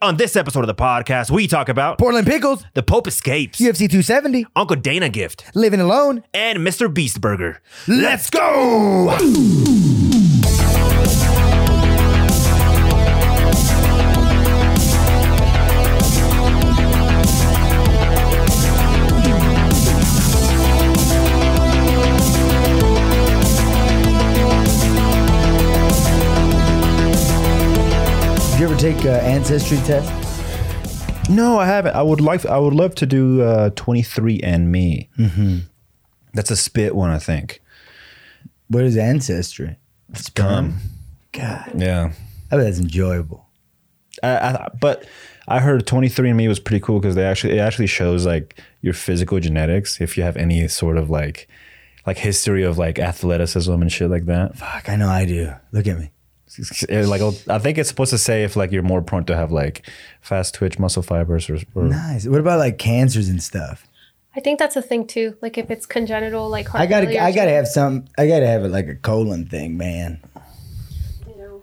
On this episode of the podcast, we talk about Portland Pickles, the Pope escapes, UFC 270, Uncle Dana gift, Living Alone. and Mr. Beast Burger. Let's go! Did you ever take uh, ancestry tests? No, I haven't. I would like. I would love to do uh, 23andMe. Mm-hmm. That's a spit one, I think. What is ancestry? It's cum. God, Yeah. I bet that's enjoyable. I, I, but I heard 23andMe was pretty cool because they actually it actually shows like your physical genetics if you have any sort of like like history of like athleticism and shit like that. Fuck, I know I do. Look at me. It, like I think it's supposed to say if like you're more prone to have like fast twitch muscle fibers or, or Nice. What about like cancers and stuff? I think that's a thing too. Like if it's congenital, like heart I gotta, failure, I gotta have some. I gotta have it like a colon thing, man. you know.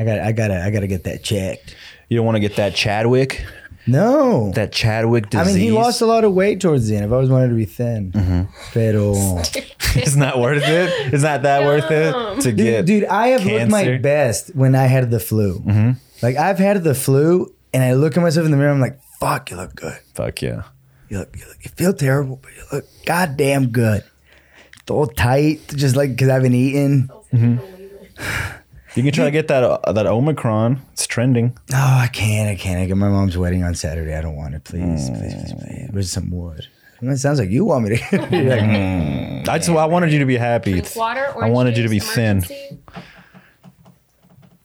I gotta, I gotta, I gotta get that checked. you don't want to get that Chadwick No, that Chadwick I disease. mean he lost a lot of weight towards the end. I've always wanted to be thin, Mm-hmm. pero it's not worth it. It's not that worth it to dude, get. dude, I have looked my cancer. Mm-hmm. best when I had the flu. Like I've had the flu, and I look at myself in the mirror. I'm like, fuck, you look good. Fuck yeah. You look, you look, you feel terrible, but you look goddamn good. It's all tight, just like because I've been eating. Mm-hmm. You can try to get that uh, that Omicron. It's trending. No, I can't. I can't. I get my mom's wedding on Saturday. I don't want it. Please, please, please, please. Mm. Where's some wood? Well, It sounds like you want me to. You're like, I just I wanted you to be happy. Drink water, I orange wanted you to be juice, thin. emergency.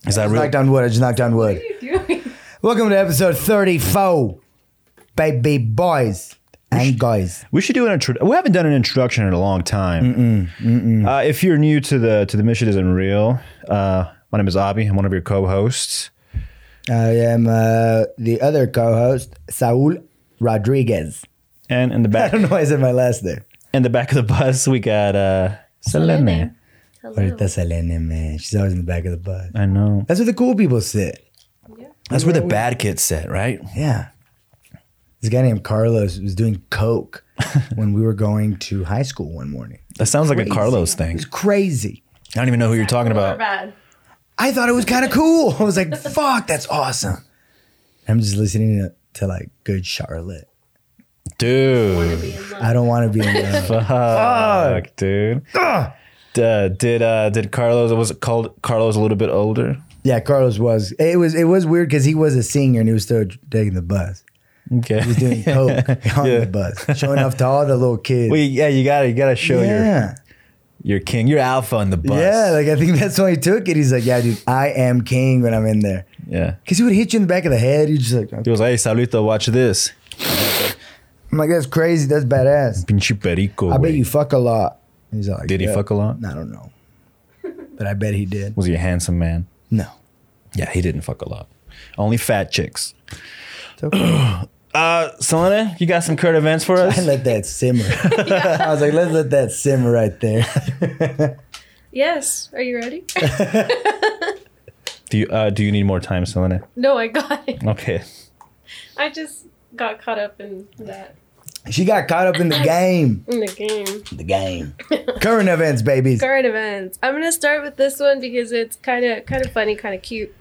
Is that I real? knocked on wood. I just knocked on wood. What are you doing? Welcome to episode 34, baby boys and guys. We should do an intro. We haven't done an introduction in a long time. Uh, if you're new to the to the mission isn't real. Uh, my name is Abby. I'm one of your co-hosts. I am uh, the other co-host, Saul Rodriguez. And in the I back don't know why I said my last name. in the back of the bus, we got uh, Selene. Hello. That's Selena, man. She's always in the back of the bus. I know. That's where the cool people sit. That's where the bad kids sit, right? Yeah. This guy named Carlos was doing coke when we were going to high school one morning. That sounds like a Carlos thing. It's crazy. I don't even know who you're talking Good or about. bad? I thought it was kind of cool. I was like, fuck, that's awesome. I'm just listening to, to like good Charlotte. Dude. I don't want to be in love. Fuck, dude. Ah. Duh, did uh did Carlos was it called Carlos a little bit older? yeah, Carlos was. It was it was weird because he was a senior and he was still taking the bus. Okay. He was doing coke on Yeah. the bus, showing off to all the little kids. well, yeah, you gotta you gotta show your yeah. your king, your alpha on the bus. Yeah, like I think that's why he took it. He's like, yeah, dude, I am king when I'm in there. yeah. Because he would hit you in the back of the head. You're just like, He was like, "Hey, Saluto, watch this." I'm like, that's crazy. That's badass. Pinche perico. I bet güey. you fuck a lot. He's like, Did he "Yeah." fuck a lot? I don't know. But I bet he did. Was he a handsome man? No. Yeah, he didn't fuck a lot. Only fat chicks. It's okay. Uh, Selena, you got some current events for I us? let that simmer. I was like, let's let that simmer right there. Yes. Are you ready? Do you uh, do you need more time, Selena? no, I got it. Okay. I just got caught up in that She got caught up in the game. in the game. The game. Current events, babies. Current events. I'm gonna start with this one because it's kind of kind of funny, kind of cute.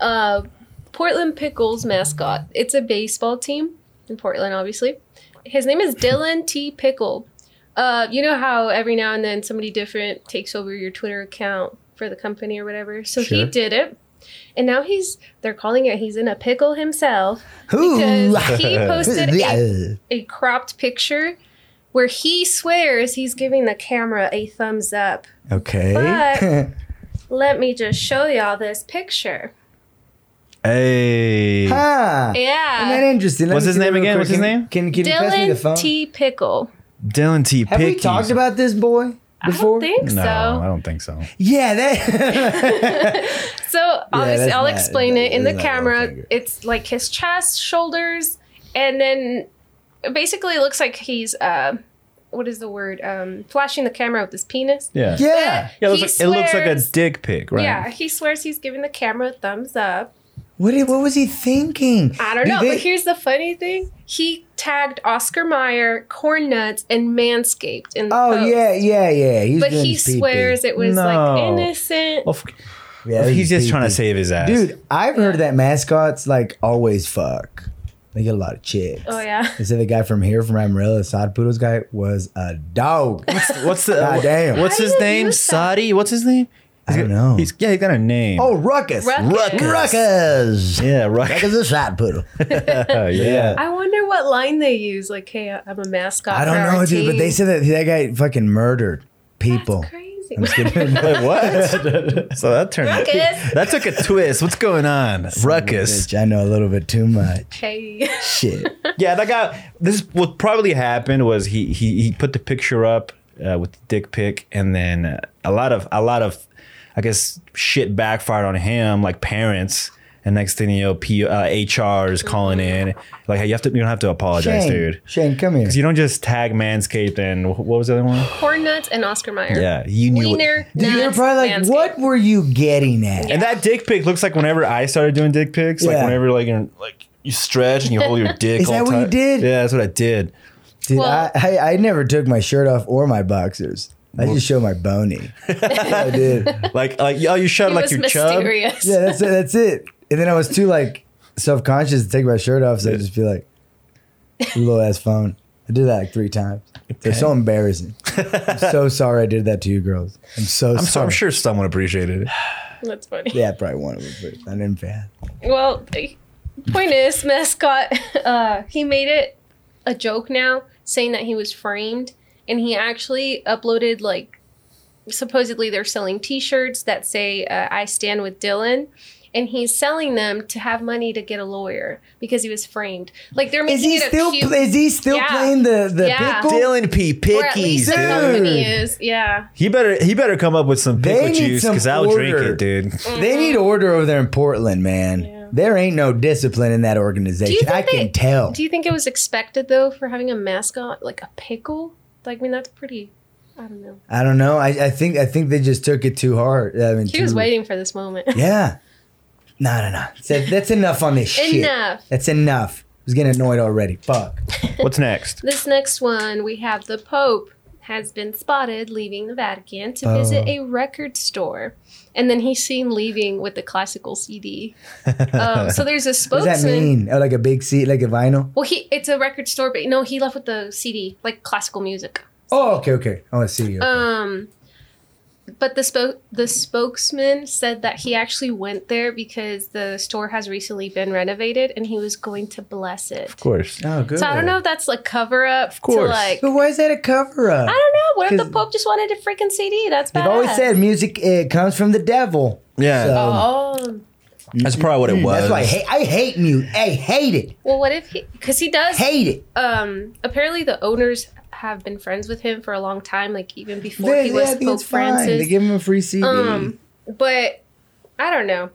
Uh, Portland Pickles mascot. It's a baseball team in Portland, obviously. His name is Dylan T. Pickle. Uh, you know how every now and then somebody different takes over your Twitter account for the company or whatever. So he Sure. did it, and now he's they're calling it. He's in a pickle himself Who? because he posted a Yeah. a cropped picture where he swears he's giving the camera a thumbs up. Okay. Let me just show y'all this picture. Hey. ah. Isn't that Yeah. interesting? Let What's me his see name real again? quick. What's his Can- name? Can, can you pass me the phone? Dylan T. Pickle. Dylan T. Have we talked about this boy before? I don't think No, I so. don't think so. Yeah, that. So obviously that's I'll not- explain it in the that's not real camera. finger. It's like his chest, shoulders, and then it basically it looks like he's uh what is the word? Um flashing the camera with his penis. Yeah. yeah. Yeah, it He looks, like, it looks like a swears- dick pic, right? Yeah, he swears he's giving the camera a thumbs up. What, did, what was he thinking? I don't Did know. they- but here's the funny thing: he tagged Oscar Mayer, Corn Nuts, and Manscaped in the oh, post. yeah, yeah, yeah. He's But doing he pee-pee. swears it was like No. innocent. Oh. Of- Yeah, he's just trying to pee-pee. save his ass. Dude, I've heard that mascots like always fuck. They get a lot of chicks. Oh yeah. They said the guy from here, from Amarillo, Sod Poodle's guy, was a dog. what's the God damn. What's How his do you name? use that? Sadi. What's his name? I don't know. He's yeah, he got a name. oh, Ruckus. Ruckus. Ruckus. yeah, right. Ruckus is Sod Poodle. yeah. I wonder what line they use. Like, hey, I'm a mascot. I for don't our know, dude, but they team. said that that guy fucking murdered people. That's crazy. I'm just kidding. Wait, what? so that turned Ruckus. that took a twist. What's going on? Ruckus. Bitch, I know a little bit too much. hey. Shit. Yeah, that guy. This is what probably happened was he he he put the picture up uh, with the dick pic, and then uh, a lot of a lot of I guess shit backfired on him, like parents. And next thing you know, P, uh, HR is calling Mm-hmm. in. Like, hey, you have to, you don't have to apologize, Shane, dude. Shane, come here. Because you don't just tag Manscaped and wh- what was the other one? Corn Nuts and Oscar Mayer. Yeah, you knew. it. Wiener. Dude, nuts, they're probably like, Manscaped. what were you getting at? And that dick pic looks like whenever I started doing dick pics, like Yeah. whenever like you're like you stretch and you hold your dick. Is all that what tight. you did? Yeah, that's what I did. Dude, Well- I, I, I never took my shirt off or my boxers. I just show my bony. I did. Like like oh, you shot It like was your chub. mysterious. Yeah, that's it. That's it. And then I was too like self conscious to take my shirt off, so I'd just be like, "Little ass phone." I did that like three times. They're so embarrassing. I'm so sorry I did that to you girls. I'm so I'm, so, sorry. I'm sure someone appreciated it. That's funny. Yeah, probably one of them, but I didn't fan. Well, the point is, mascot, uh, he made it a joke now, saying that he was framed, and he actually uploaded like supposedly they're selling T-shirts that say uh, "I stand with Dylan." And he's selling them to have money to get a lawyer because he was framed. Like they're Is making he it a still? cute- Is he still Yeah. playing the the Yeah. pickle? Dylan P. or at Pickies, least the dude. company dude. is. Yeah, He better he better come up with some They pickle need juice some because I'll order. drink it, dude. They need order over there in Portland, man. There ain't no discipline in that organization. think I can they- tell. Do you think it was expected though for having a mascot like a pickle? Like, I mean, that's pretty. I don't know. I don't know. I, I think I think they just took it too hard. I mean, He was too- waiting for this moment. Yeah. No, no, no. That's, that's enough on this shit. Enough. That's enough. I was getting annoyed already. Fuck. What's next? This next one, we have the Pope has been spotted leaving the Vatican to visit a record store. And then he's seen leaving with the classical CD. Um, so there's a What spokesman. does that mean? Oh, like a big seat, like a vinyl? Well, he it's a record store, but no, he left with the CD, like classical music. Oh, okay, okay. I want to see you. Um, but the spoke the spokesman said that he actually went there because the store has recently been renovated, and he was going to bless it. Of course. oh, good. So I don't know if that's like cover up of course. to like But why is that a cover up? I don't know. What if the 'Cause- Pope just wanted a freaking CD? That's bad. I've always said um, music it comes from the devil. Yeah, So Oh. that's probably what it was. that's why I hate, I hate music. I hate it. Well, what if he? Because he does. Hate it. Um. Apparently, the owners have been friends with him for a long time, like even before They, he yeah, I was think Pope it's fine. They Francis. give him a free CD. Um. But I don't know.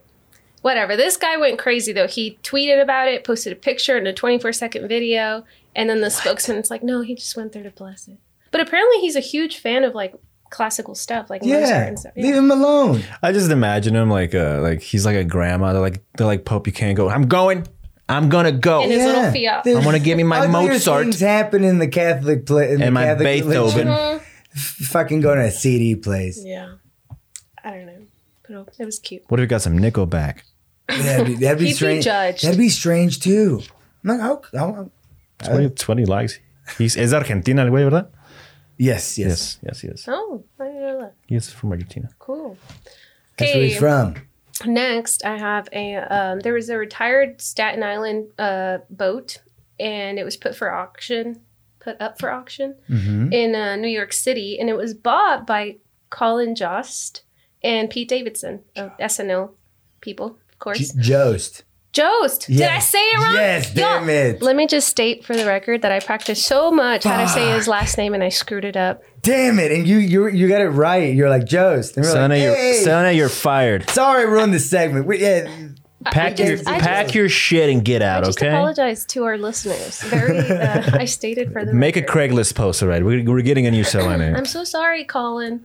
Whatever. This guy went crazy though. He tweeted about it, posted a picture and a 24 second video, and then the spokesman's like, "No, he just went there to bless it." But apparently, he's a huge fan of like classical stuff, like Mozart yeah. and stuff. Leave him alone. I just imagine him like uh like he's like a grandma. They're like they're like Pope, you can't go. I'm going. I'm gonna go. And his yeah. little fiat. There's I'm gonna get me my uglier Mozart. Things happen in the Catholic pla- in the And my Catholic Beethoven. religion. Mhm. fucking going to a CD place. Yeah. I don't know. But it was cute. What if we got some nickel back? That'd be, that'd be He'd be strange. judged. That'd be strange too. I'm like, oh, how, how- 20, 20 likes. He's is Argentina, el güey, ¿verdad? yes, yes. Yes, yes, he is. Oh, I didn't know that. He is from Argentina. Cool. That's where he's Okay. from. Next, I have a. Um, there was a retired Staten Island uh, boat, and it was put for auction, put up for auction Mm-hmm. in uh, New York City, and it was bought by Colin Jost and Pete Davidson of SNL people, of course. J- Jost. Jost. Did I Yes. say it wrong? Yes, Y'all, damn it. Let me just state for the record that I practiced so much how to say his last name, and I screwed it up. Damn it. And you you you got it right. You're like Jost. And we're Sana, like, you're, hey, Sana, you're fired. sorry I ruined this segment. We, yeah, Pack I your just- I just- pack your shit and get out, just okay? apologize to our listeners. Very, uh, I stated for the Make a record. Craigslist post, all right? We're, we're getting a new Selena. I'm so sorry, Colin.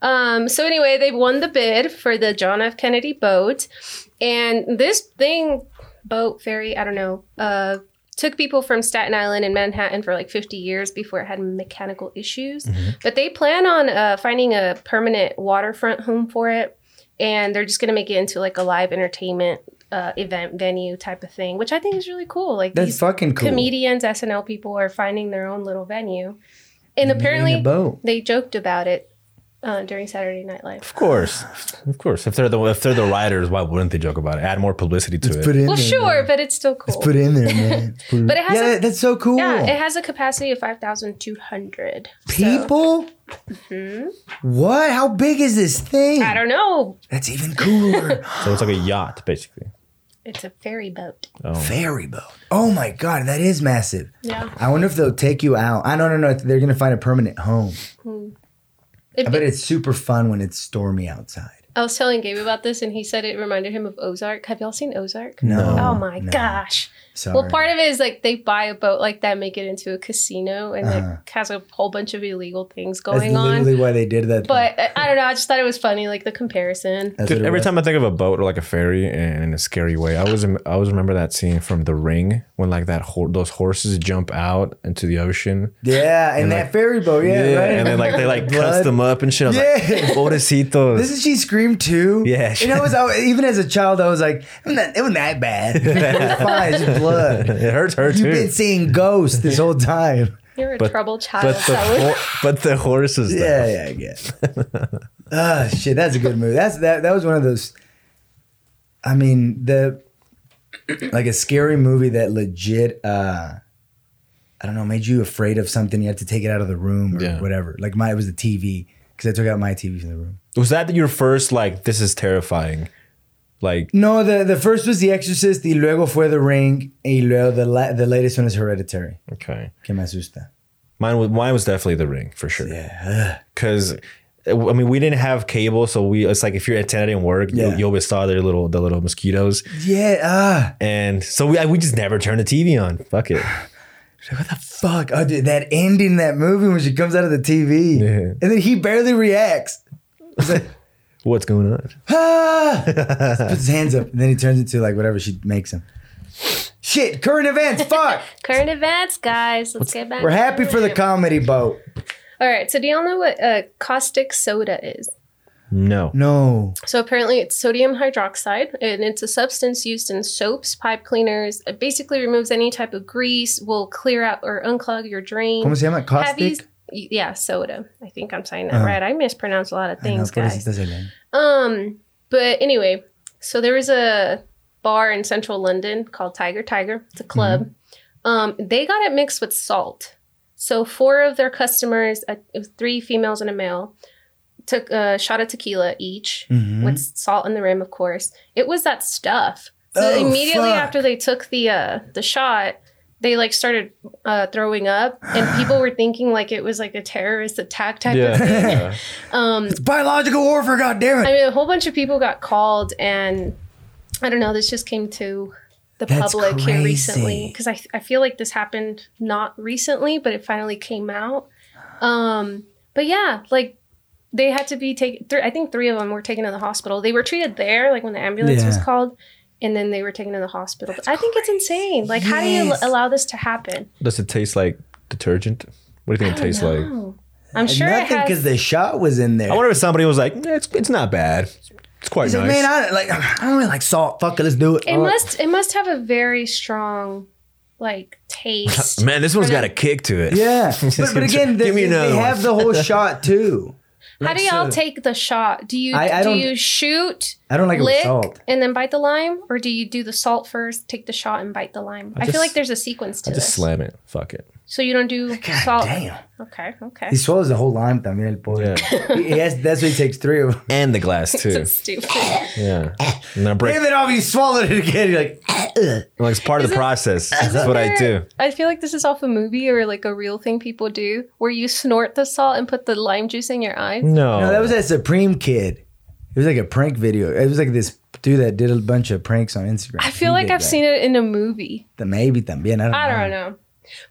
Um, so anyway, they won the bid for the John F. Kennedy boat, and this thing, boat ferry, I don't know, uh, took people from Staten Island and Manhattan for like 50 years before it had mechanical issues. Mm-hmm. But they plan on uh, finding a permanent waterfront home for it, and they're just going to make it into like a live entertainment uh, event venue type of thing, which I think is really cool. Like That's these fucking cool. comedians, SNL people are finding their own little venue, and apparently In a boat. they joked about it uh, during Saturday Night Live. Of course, of course. If they're the if they're the writers, why wouldn't they joke about it? Add more publicity to Let's it. put it in Well, there, sure, man. but it's still cool. Let's put it in there, man. Put But it has yeah, a- that's so cool. yeah, it has a capacity of five thousand two hundred People? What? How big is this thing? Mm-hmm. I don't know. That's even cooler. So it's like a yacht, basically. It's a ferry boat. Ferry boat. Oh my god, that is massive. Yeah, I wonder if they'll take you out. I don't know. They're gonna find a permanent home. It'd I bet be- it's super fun when it's stormy outside. I was telling Gabe about this, and he said it reminded him of Ozark. Have y'all seen Ozark? No. Oh my no. gosh. Sorry. Well, part of it is like they buy a boat like that, make it into a casino, and it has a whole bunch of illegal things Uh-huh. That's going on. literally why they did that. But uh, I, I don't know. I just thought it was funny, like the comparison. That's Dude, what it every was. time I think of a boat or like a ferry in in a scary way, I always I always remember that scene from The Ring when like that ho- those horses jump out into the ocean. Yeah, and, that ferry boat. Yeah, right. and then like they like cuts Blood. them up and shit. I was Yeah. like, pobrecitos. Doesn't she scream too? Yeah, And I was I, even as a child, I was like, I'm not, it wasn't that bad. It was fine. It's just blood. it hurts her You've been too. seeing ghosts this whole time. You're a But- troubled child. But the Saul. ho- but the horses. though. Yeah, yeah, I guess. Ah, shit, that's a good movie. That's that. That was one of those. I mean, the like a scary movie that legit. uh I don't know, made you afraid of something. You had to take it out of the room or Yeah. whatever. Like my, it was the TV because I took out my TV from the room. Was that your first like? This is terrifying. Like No, the, the first was The Exorcist, y luego fue The Ring, y luego the, la- the latest one is Hereditary. okay. Que me asusta. Mine was mine was definitely the ring for sure. Yeah. Cause I mean we didn't have cable, so we it's like if your antenna didn't work, you- Yeah. you, always saw their little the little mosquitoes, Yeah. Ah. and so we I, we just never turned the TV on. Fuck it. What the fuck? Oh, dude, that ending in that movie when she comes out of the TV Yeah. and then he barely reacts. He's like, What's going on? ah! Puts his hands up and then he turns into like whatever she makes him. Shit, current events, fuck. Current events, guys. Let's get back. We're to happy for the it. comedy boat. All right. So, do y'all know what uh, caustic soda is? No. No. So, apparently, it's sodium hydroxide, and it's a substance used in soaps, pipe cleaners. It basically removes any type of grease, will clear out or unclog your drain. ¿Cómo se llama? Have you- Caustic? Uh-huh. Yeah, soda. I think I'm saying that right. I mispronounce a lot of I know, things, por eso guys. estás hablando. Um, but anyway, so there was a bar in central London called Tiger Tiger. It's a Mm-hmm. club. Um, they got it mixed with salt. So four of their customers, uh, it was three females and a male, took uh, a shot of tequila each Mm-hmm. with salt in the rim, of course. It was that stuff. So Oh, immediately fuck. after they took the uh, the shot, they like started uh, throwing up, and people were thinking like it was like a terrorist attack type of thing. Yeah. It's biological warfare, goddammit. I mean, a whole bunch of people got called, and I don't know. This just came to the That's public here recently crazy. because I I feel like this happened not recently, but it finally came out. Um, but yeah, like they had to be taken. Th- I think three of them were taken to the hospital. They were treated there, like when the ambulance was Yeah. called. And then they were taken to the hospital. I think it's insane. Like, how do you Yes. allow this to happen? Does it taste like detergent? What do you think it tastes like? No. I'm sure it Hmm. Nothing has. because the shot was in there. I wonder if somebody was like, "Eh, it's it's not bad. It's quite He's nice. like, man, I like I don't really like salt. Fuck it, let's do it. It must it must have a very strong like taste. Man, this one's got a kick to it. yeah, but, but again, they, Give me they- another they one. have the whole shot too. How do y'all take the shot? Do you I- I do don't- you shoot I don't like it lick with salt. and then bite the lime, or do you do the salt first, take the shot and bite the lime? I, feel just- like there's a sequence to Just this, slam it. Fuck it. so you don't do God salt. damn, Okay, okay. he swallows the whole lime. También el pobre. Yeah. He- he has- that's what he takes three of. them. And the glass so too. stupid. yeah. And then I break. Damn it, off! You swallowed it again. You're like, "Ugh." Like it's part of the process. That's what I do. I feel like this is off a movie or like a real thing people do, where you snort the salt and put the lime juice in your eyes. No. no, that was that Supreme kid. It was like a prank video. It was like this dude that did a bunch of pranks on Instagram. I feel like I've seen it in a movie. maybe también. I don't, I don't know.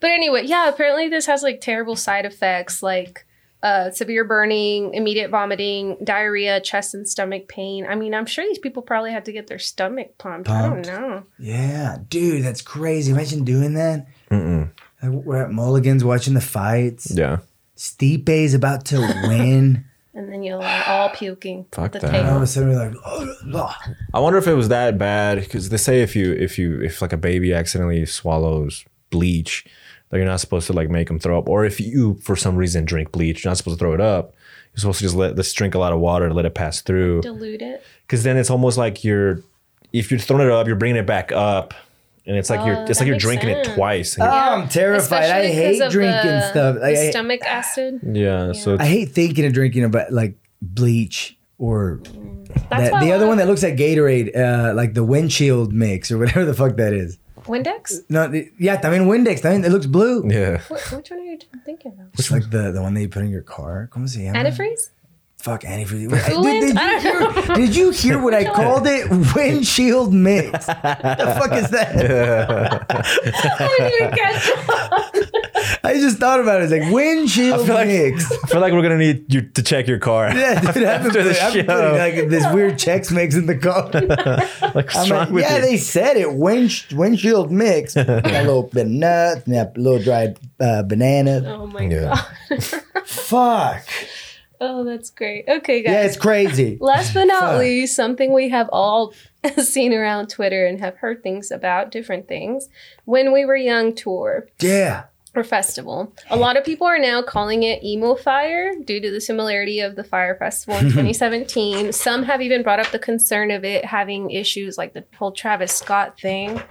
But anyway, yeah, apparently this has like terrible side effects like uh, severe burning, immediate vomiting, diarrhea, chest and stomach pain. I mean, I'm sure these people probably had to get their stomach pumped. Pumped. I don't know. Yeah, dude, that's crazy. Imagine doing that. Like, We're at Mulligan's watching the fights. Yeah. Stipe's about to win. And then you're like all puking. Fuck the that. and all of pain. a sudden, we're like, oh, oh. I wonder if it was that bad because they say if you if you if like a baby accidentally swallows bleach, that you're not supposed to like make them throw up, or if you for some reason drink bleach, you're not supposed to throw it up. You're supposed to just let this drink a lot of water and let it pass through. Dilute it. Because then it's almost like you're if you're throwing it up, you're bringing it back up, and it's like you're Oh, that it's like you're makes drinking it sense. twice. Oh, And- I'm terrified. I Especially 'cause hate of drinking the- stuff. Like, the I, stomach acid. yeah, so I it's, hate thinking of drinking about like bleach or That's that, why the other I- one that looks like Gatorade, uh, like the windshield mix or whatever the fuck that is. Windex. No, the- yeah, I mean Windex. I mean it looks blue. yeah. Wh- which one are you thinking of? It's like the, the one that you put in your car. Como se llama? Antifreeze. Fuck antifreeze. Coolant? Did, did I you don't hear, did you hear what I called it? Windshield mix. the fuck is that? I didn't even catch it. I just thought about it. It's like windshield feel like- mix. I feel like we're gonna need you to check your car. Yeah, dude, I've been, After the putting, I've been show. putting like this weird checks mix in the car. like what's I'm wrong like, with yeah, you? they said it. Wind, windshield mix. Got a little bit of nuts, and a little dried uh, banana. Oh my Yeah. god. Fuck. oh, that's great. Okay, guys. Yeah, it's crazy. Last but Fuck. not least, something we have all seen around Twitter and have heard things about different things. When we were young tour Yeah. or festival, a lot of people are now calling it emo fire due to the similarity of the fire festival in 2017. Some have even brought up the concern of it having issues like the whole Travis Scott thing.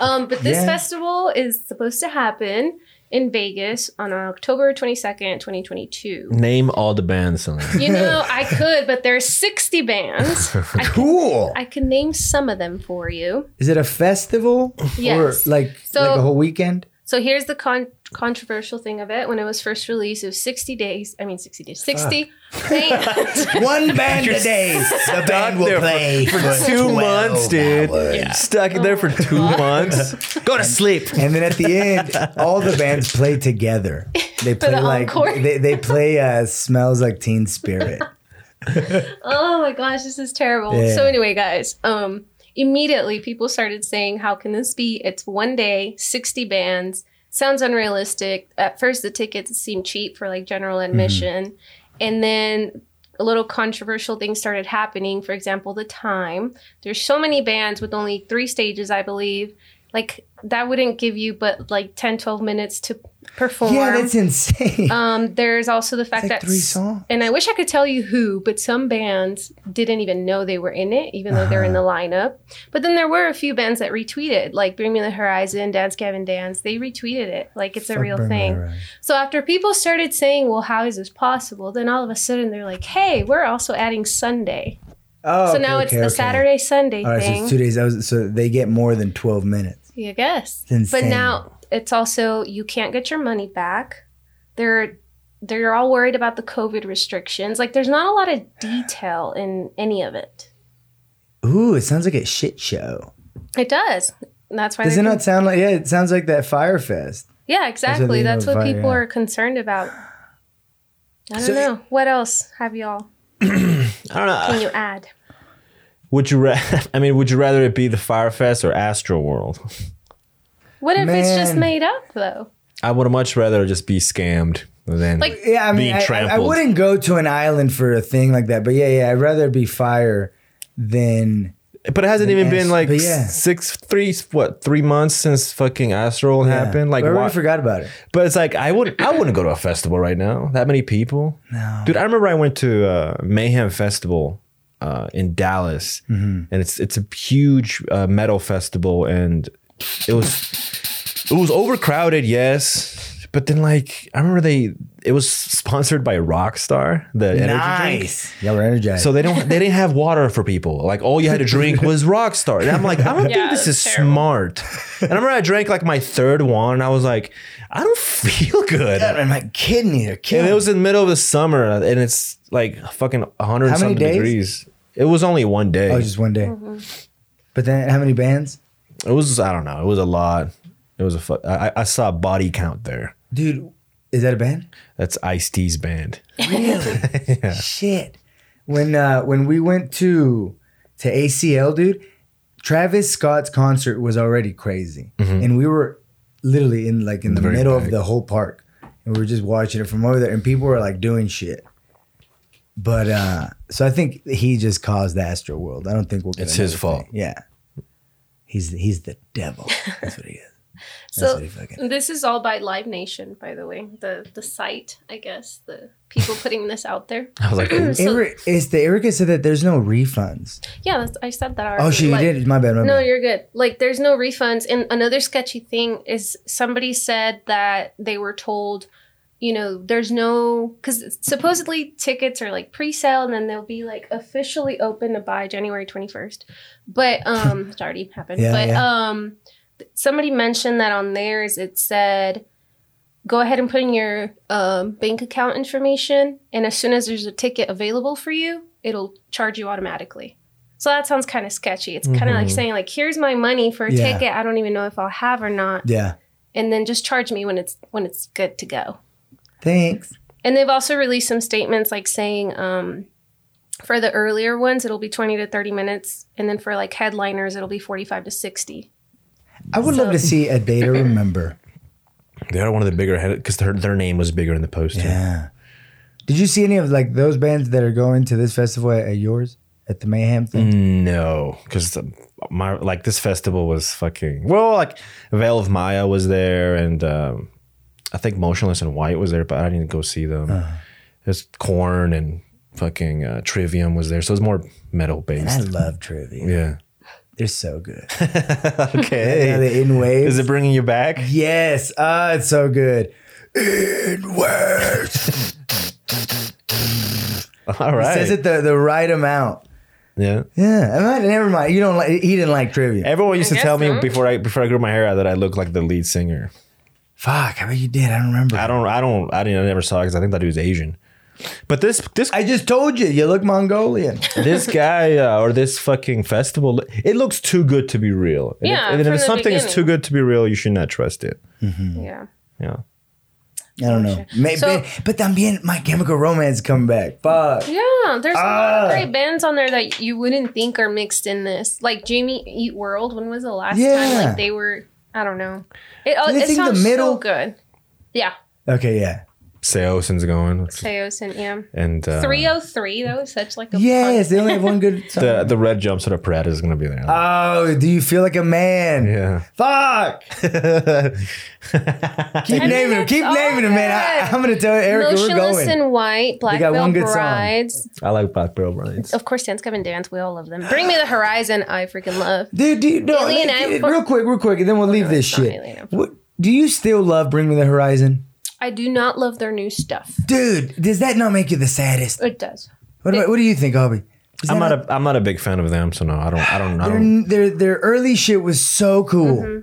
Um, but this Yeah. festival is supposed to happen in Vegas on October 22nd, 2022. Name all the bands. Selena. You know, I could, but there's 60 bands. I could Cool. I can name some of them for you. Is it a festival? Yes. Or like, So- like a whole weekend? So here's the con- controversial thing of it. When it was first released, it was 60 days. I mean, 60 days. 60 bands. One band a day. The band will play for, Two months, dude. Stuck in there Oh for two months. Go to sleep. And then at the end, all the bands play together. They play the like encore. they, they play uh, "Smells Like Teen Spirit." oh my gosh, this is terrible. Yeah. So anyway, guys, um, immediately people started saying, "How can this be? It's one day, sixty bands. Sounds unrealistic." At first, the tickets seemed cheap for like general Mm-hmm. admission, and then a little controversial things started happening. For example, the time. There's so many bands with only three stages, I believe. Like that wouldn't give you but like 10 12 minutes to perform. Yeah, that's insane. Um, there's also the fact It's like that three songs. and I wish I could tell you who, but some bands didn't even know they were in it, even though they're in the Uh-huh. lineup. But then there were a few bands that retweeted, like Bring Me the Horizon, Dance Gavin Dance. They retweeted it, like it's a Fuck real Bring Me the thing. Horizon. So after people started saying, "Well, how is this possible?" Then all of a sudden they're like, "Hey, we're also adding Sunday." Oh, so okay, now it's okay, the okay. Saturday Sunday All right, so thing. it's two days. I was, so they get more than twelve minutes. I guess. It's But insane. now it's also you can't get your money back. They're they're all worried about the COVID restrictions. Like there's not a lot of detail in any of it. Ooh, it sounds like a shit show. It does. And that's why Does they're it not sound like? Yeah, it sounds like that Fyre Fest. Yeah, exactly. mean That's by- what people yeah. are concerned about. I don't So- know. What else have y'all I don't know. can you add? Would you? Ra- I mean, would you rather it be the Firefest or Astro World? What if it's just Man. made up though? I would much rather just be scammed than Like- Yeah, I mean, Being I- I, I trampled. wouldn't go to an island for a thing like that. But yeah, yeah, I'd rather be Fyre than. But it hasn't even been Yes, like but yeah. six, three, what, three months since fucking Astro World yeah. happened. Like, But I why? already forgot about it. But it's like I would I wouldn't go to a festival right now. That many people. No. Dude, I remember I went to uh, Mayhem Festival uh, in Dallas, Mm-hmm. and it's it's a huge uh, metal festival, and it was it was overcrowded, yes. But then, like, I remember they it was sponsored by Rockstar, the energy drink. Nice. Y'all were energized. So they don't they didn't have water for people. Like all you had to drink was Rockstar. And I'm like, I don't Yeah, think this that's is terrible. smart. And I remember I drank like my third one and I was like, I don't feel good. God, man, my kidney are killing. And it me. was in the middle of the summer and it's like fucking 100 How many something days? degrees. It was only one day. Oh, just one day. But then, how many bands, it was I don't know. It was a lot. It was a fuck. I, I saw body count there. dude? Is that a band? That's Ice T's band. Really? Shit. When uh when we went to to ACL, dude, Travis Scott's concert was already crazy. And we were literally in like in the, Mm-hmm. very middle back. of the whole park. And we were just watching it from over there and people were like doing shit. But uh so I think he just caused the Astro World. I don't think we'll get It's his another fault. thing. Yeah. He's he's the devil. That's what he is. That's So- what he fucking This is all by Live Nation, by the way. The the site, I guess, the people putting this out there. I was like, "Ooh." So- Eric, it's the Erica said that there's no refunds. Yeah, that's, I said that already. Oh, she Like, did. My bad. My No, bad. you're good. Like, there's no refunds. And another sketchy thing is somebody said that they were told, you know, there's no, because supposedly tickets are like pre sale and then they'll be like officially open to buy January 21st. But, um, it's already happened. Yeah, but, yeah. um, somebody mentioned that on theirs it said, go ahead and put in your um, bank account information. And as soon as there's a ticket available for you, it'll charge you automatically. So that sounds kind of sketchy. It's kind of like saying like, "Here's my money for a Yeah. ticket. I don't even know if I'll have or not, Yeah. and then just charge me when it's when it's good to go." Thanks. And they've also released some statements like saying, um, for the earlier ones, it'll be 20 to 30 minutes, and then for like headliners, it'll be 45 to 60. I would love to see a day to remember. they are one of the bigger head because their, their name was bigger in the poster. yeah. Did you see any of like those bands that are going to this festival at, at yours at the Mayhem thing? Mm. No, because my like this festival was fucking well. Like Veil of Maya was there, and um, I think Motionless and White was there, but I didn't go see them. Uh-huh. There's Corn and fucking uh, Trivium was there, so it's more metal And I based. love Trivia. Yeah. They're so good. Okay. Yeah, the In Waves. Is it bringing you back? yes. Ah, it's so good. In Waves. All right. Says it the, the right amount. Yeah. Yeah. I might- Never mind. You don't like. He didn't like Trivia. Everyone I used to guess tell me so. before I before I grew my hair out that I looked like the lead singer. Fuck. I bet you did. I don't remember. I don't. I don't. I didn't. I never saw because I think that he was Asian. But this this I just told you. You look Mongolian. this guy uh, or this fucking festival, it looks too good to be real. And Yeah, if, and from if the something is too beginning. good to be real, you should not trust it. Yeah. Yeah. I don't know. Maybe, So- but también my Chemical Romance come back. Fuck. Yeah, there's a Ah. lot of great bands on there that you wouldn't think are mixed in this. Like Jamie Eat World. When was the last time Yeah. like they were? I don't know. It, oh, Do they it think the sounds middle- so good. Yeah, Okay. Yeah. Seosin's going Teos and yeah. and uh, 303. That was such like a Yes, punk- they only have one good song. the the red jumpsuit of Prada is gonna be there. Uh, oh, do you feel like a man? yeah. Fuck! Keep I mean, naming them. it's Keep all naming them, man. I, good. am gonna tell Eric we're Motionless going. in White, Black got Veil one good song. Brides. I like Black Pearl Brides. Of course, Dance Cup and Dance. We all love them. Bring Me the Horizon. I freaking love. Dude, do you, no, Alien let- Ant- real quick, real quick, and then we'll leave this it's not shit. Alien Ant- What, do you still love Bring Me the Horizon? I do not love their new stuff. Dude, does that not make you the saddest? It does. What, about, what do you think, Hobby? Does I'm that not a I'm not a big fan of them, so no, I don't I don't I don't. their, their their early shit was so cool. Mm-hmm.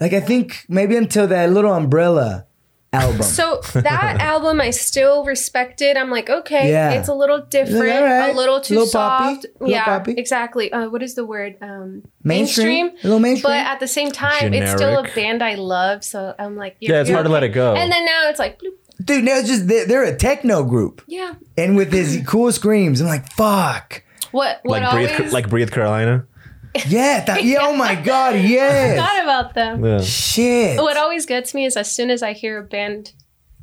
Like I think maybe until that little Umbrella album. So that album I still respected. I'm like, okay, Yeah. it's a little different, All right. a little too Little poppy. soft. Little yeah, poppy. exactly. Uh, what is the word? Um, mainstream, a little mainstream. But at the same time, it's still a Generic. band I love. So I'm like, Yeah, it's hard to let it go. And then now it's like, bloop. Dude, now it's just they're, they're a techno group, yeah. and with his cool screams, I'm like, fuck, What? What Like always? breathe, like breathe, Carolina. yeah, that, yeah, oh my god, yes, forgot about them. Yeah. shit. What always gets me is as soon as I hear a band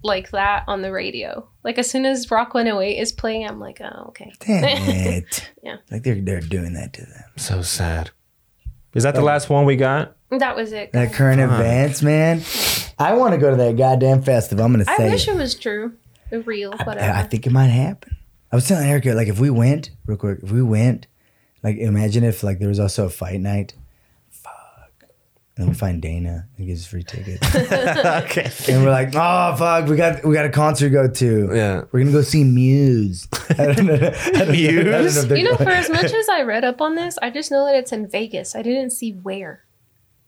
like that on the radio, like as soon as Rock 108 is playing, I'm like, oh, okay. Damn it. Yeah. Like they're they're doing that to them. So sad. Is Oh. that the last one we got? That was it. That current advance, man. I want to go to that goddamn festival. I'm gonna I say. wish it. it was true, real, whatever. I I think it might happen. I was telling Erica, like if we went, real quick, if we went, like imagine if like there was also a fight night. Fuck. And we find Dana and gives us free tickets. okay. and we're like, oh fuck, we got we got a concert to go to. Yeah. We're gonna go see Muse. I don't know. I don't know- I don't know if Muse? they're you know, going- for as much as I read up on this, I just know that it's in Vegas. I didn't see where.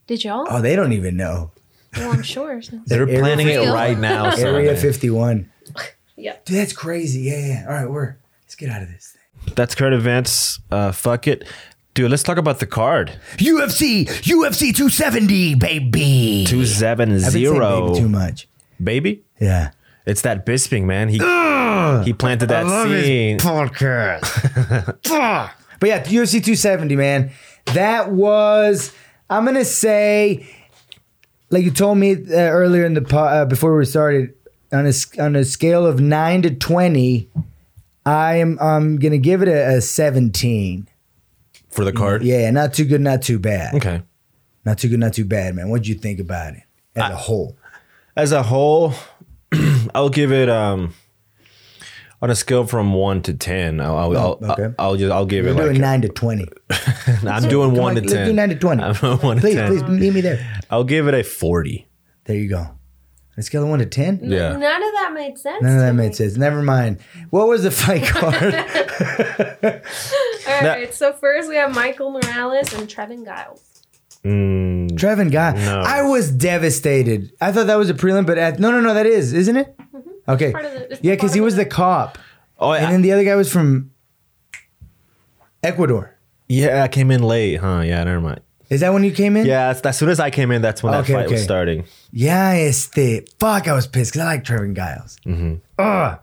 Did y'all? oh, they don't even know. well, I'm sure. so- They're Area planning it fifty. right now. Area Simon. 51. Yeah. Dude, that's crazy. Yeah, yeah. All right, we're let's get out of this thing. That's current events. Uh, fuck it, dude. Let's talk about the card. UFC, UFC 270, baby. Two seven I've been saying zero, baby too much. baby. Yeah. It's that Bisping man. He he planted that seed. podcast. but yeah, UFC 270, man. That was, I'm going to say, like you told me uh, earlier in the po- uh, before we started, on a, s- on a scale of 9 to 20, I am I'm going to give it a, a 17. for the card. Yeah, not too good, not too bad. Okay. Not too good, not too bad, man. What'd you think about it as a whole? As a whole, I'll give it um on a scale from one to ten. I'll I'll, I'll, Oh, okay. I'll just I'll give We're it doing like 9 to 20. I'm doing Come one on, to let's do ten. 9 to 20. I'm doing one to please, 10. please, meet me there. I'll give it a forty. There you go. On a scale of 1 to 10? Yeah. None of that made sense. None of to that me. made sense. Never mind. What was the fight card? All right. So first we have Michael Morales and Trevin Giles. Mm, Trevin Guy. No. I was devastated. I thought that was a prelim, but at, no, no, no, that is, isn't it? Okay. Mm-hmm. Part of the- it's yeah, part because he of was the- the cop, oh, I- and then the other guy was from Ecuador. yeah, I came in late, huh? Yeah, never mind. Is that when you came in? Yeah, as, as soon as I came in, that's when Mm. Okay, that fight okay. was starting. Yeah, este. Fuck, I was pissed because I like Trevin Giles. Mm-hmm. Ugh.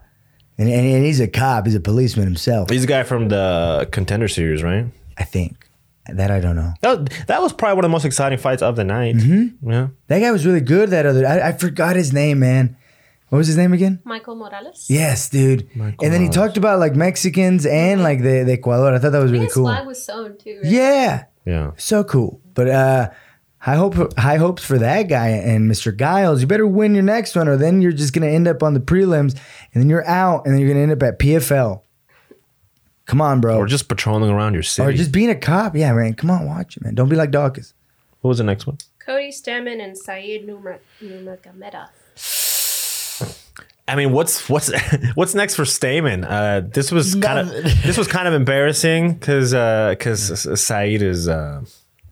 And, and, and he's a cop. He's a policeman himself. He's a guy from the contender series, right? I think. That I don't know. That, that was probably one of the most exciting fights of the night. Mm-hmm. Yeah. That guy was really good. That other. I, I forgot his name, man. What was his name again? Michael Morales. Yes, dude. and then he talked about like Mexicans and like the, the Ecuador. I thought that was really His cool. flag was sewn too. Right? Yeah, Yeah. so cool. But uh, high hope, high hopes for that guy and Mr. Giles. You better win your next one, or then you're just gonna end up on the prelims, and then you're out, and then you're gonna end up at PFL. Come on, bro. Or just patrolling around your city. Oh. Or just being a cop. Yeah, man. Come on, watch it, man. Don't be like Dawkins. what was the next one? Cody Stammen and Saeed Numa- Numagameta. I mean, what's what's what's next for Stamen? Uh, this was kind of this was kind of embarrassing uh, because because Saeed is uh,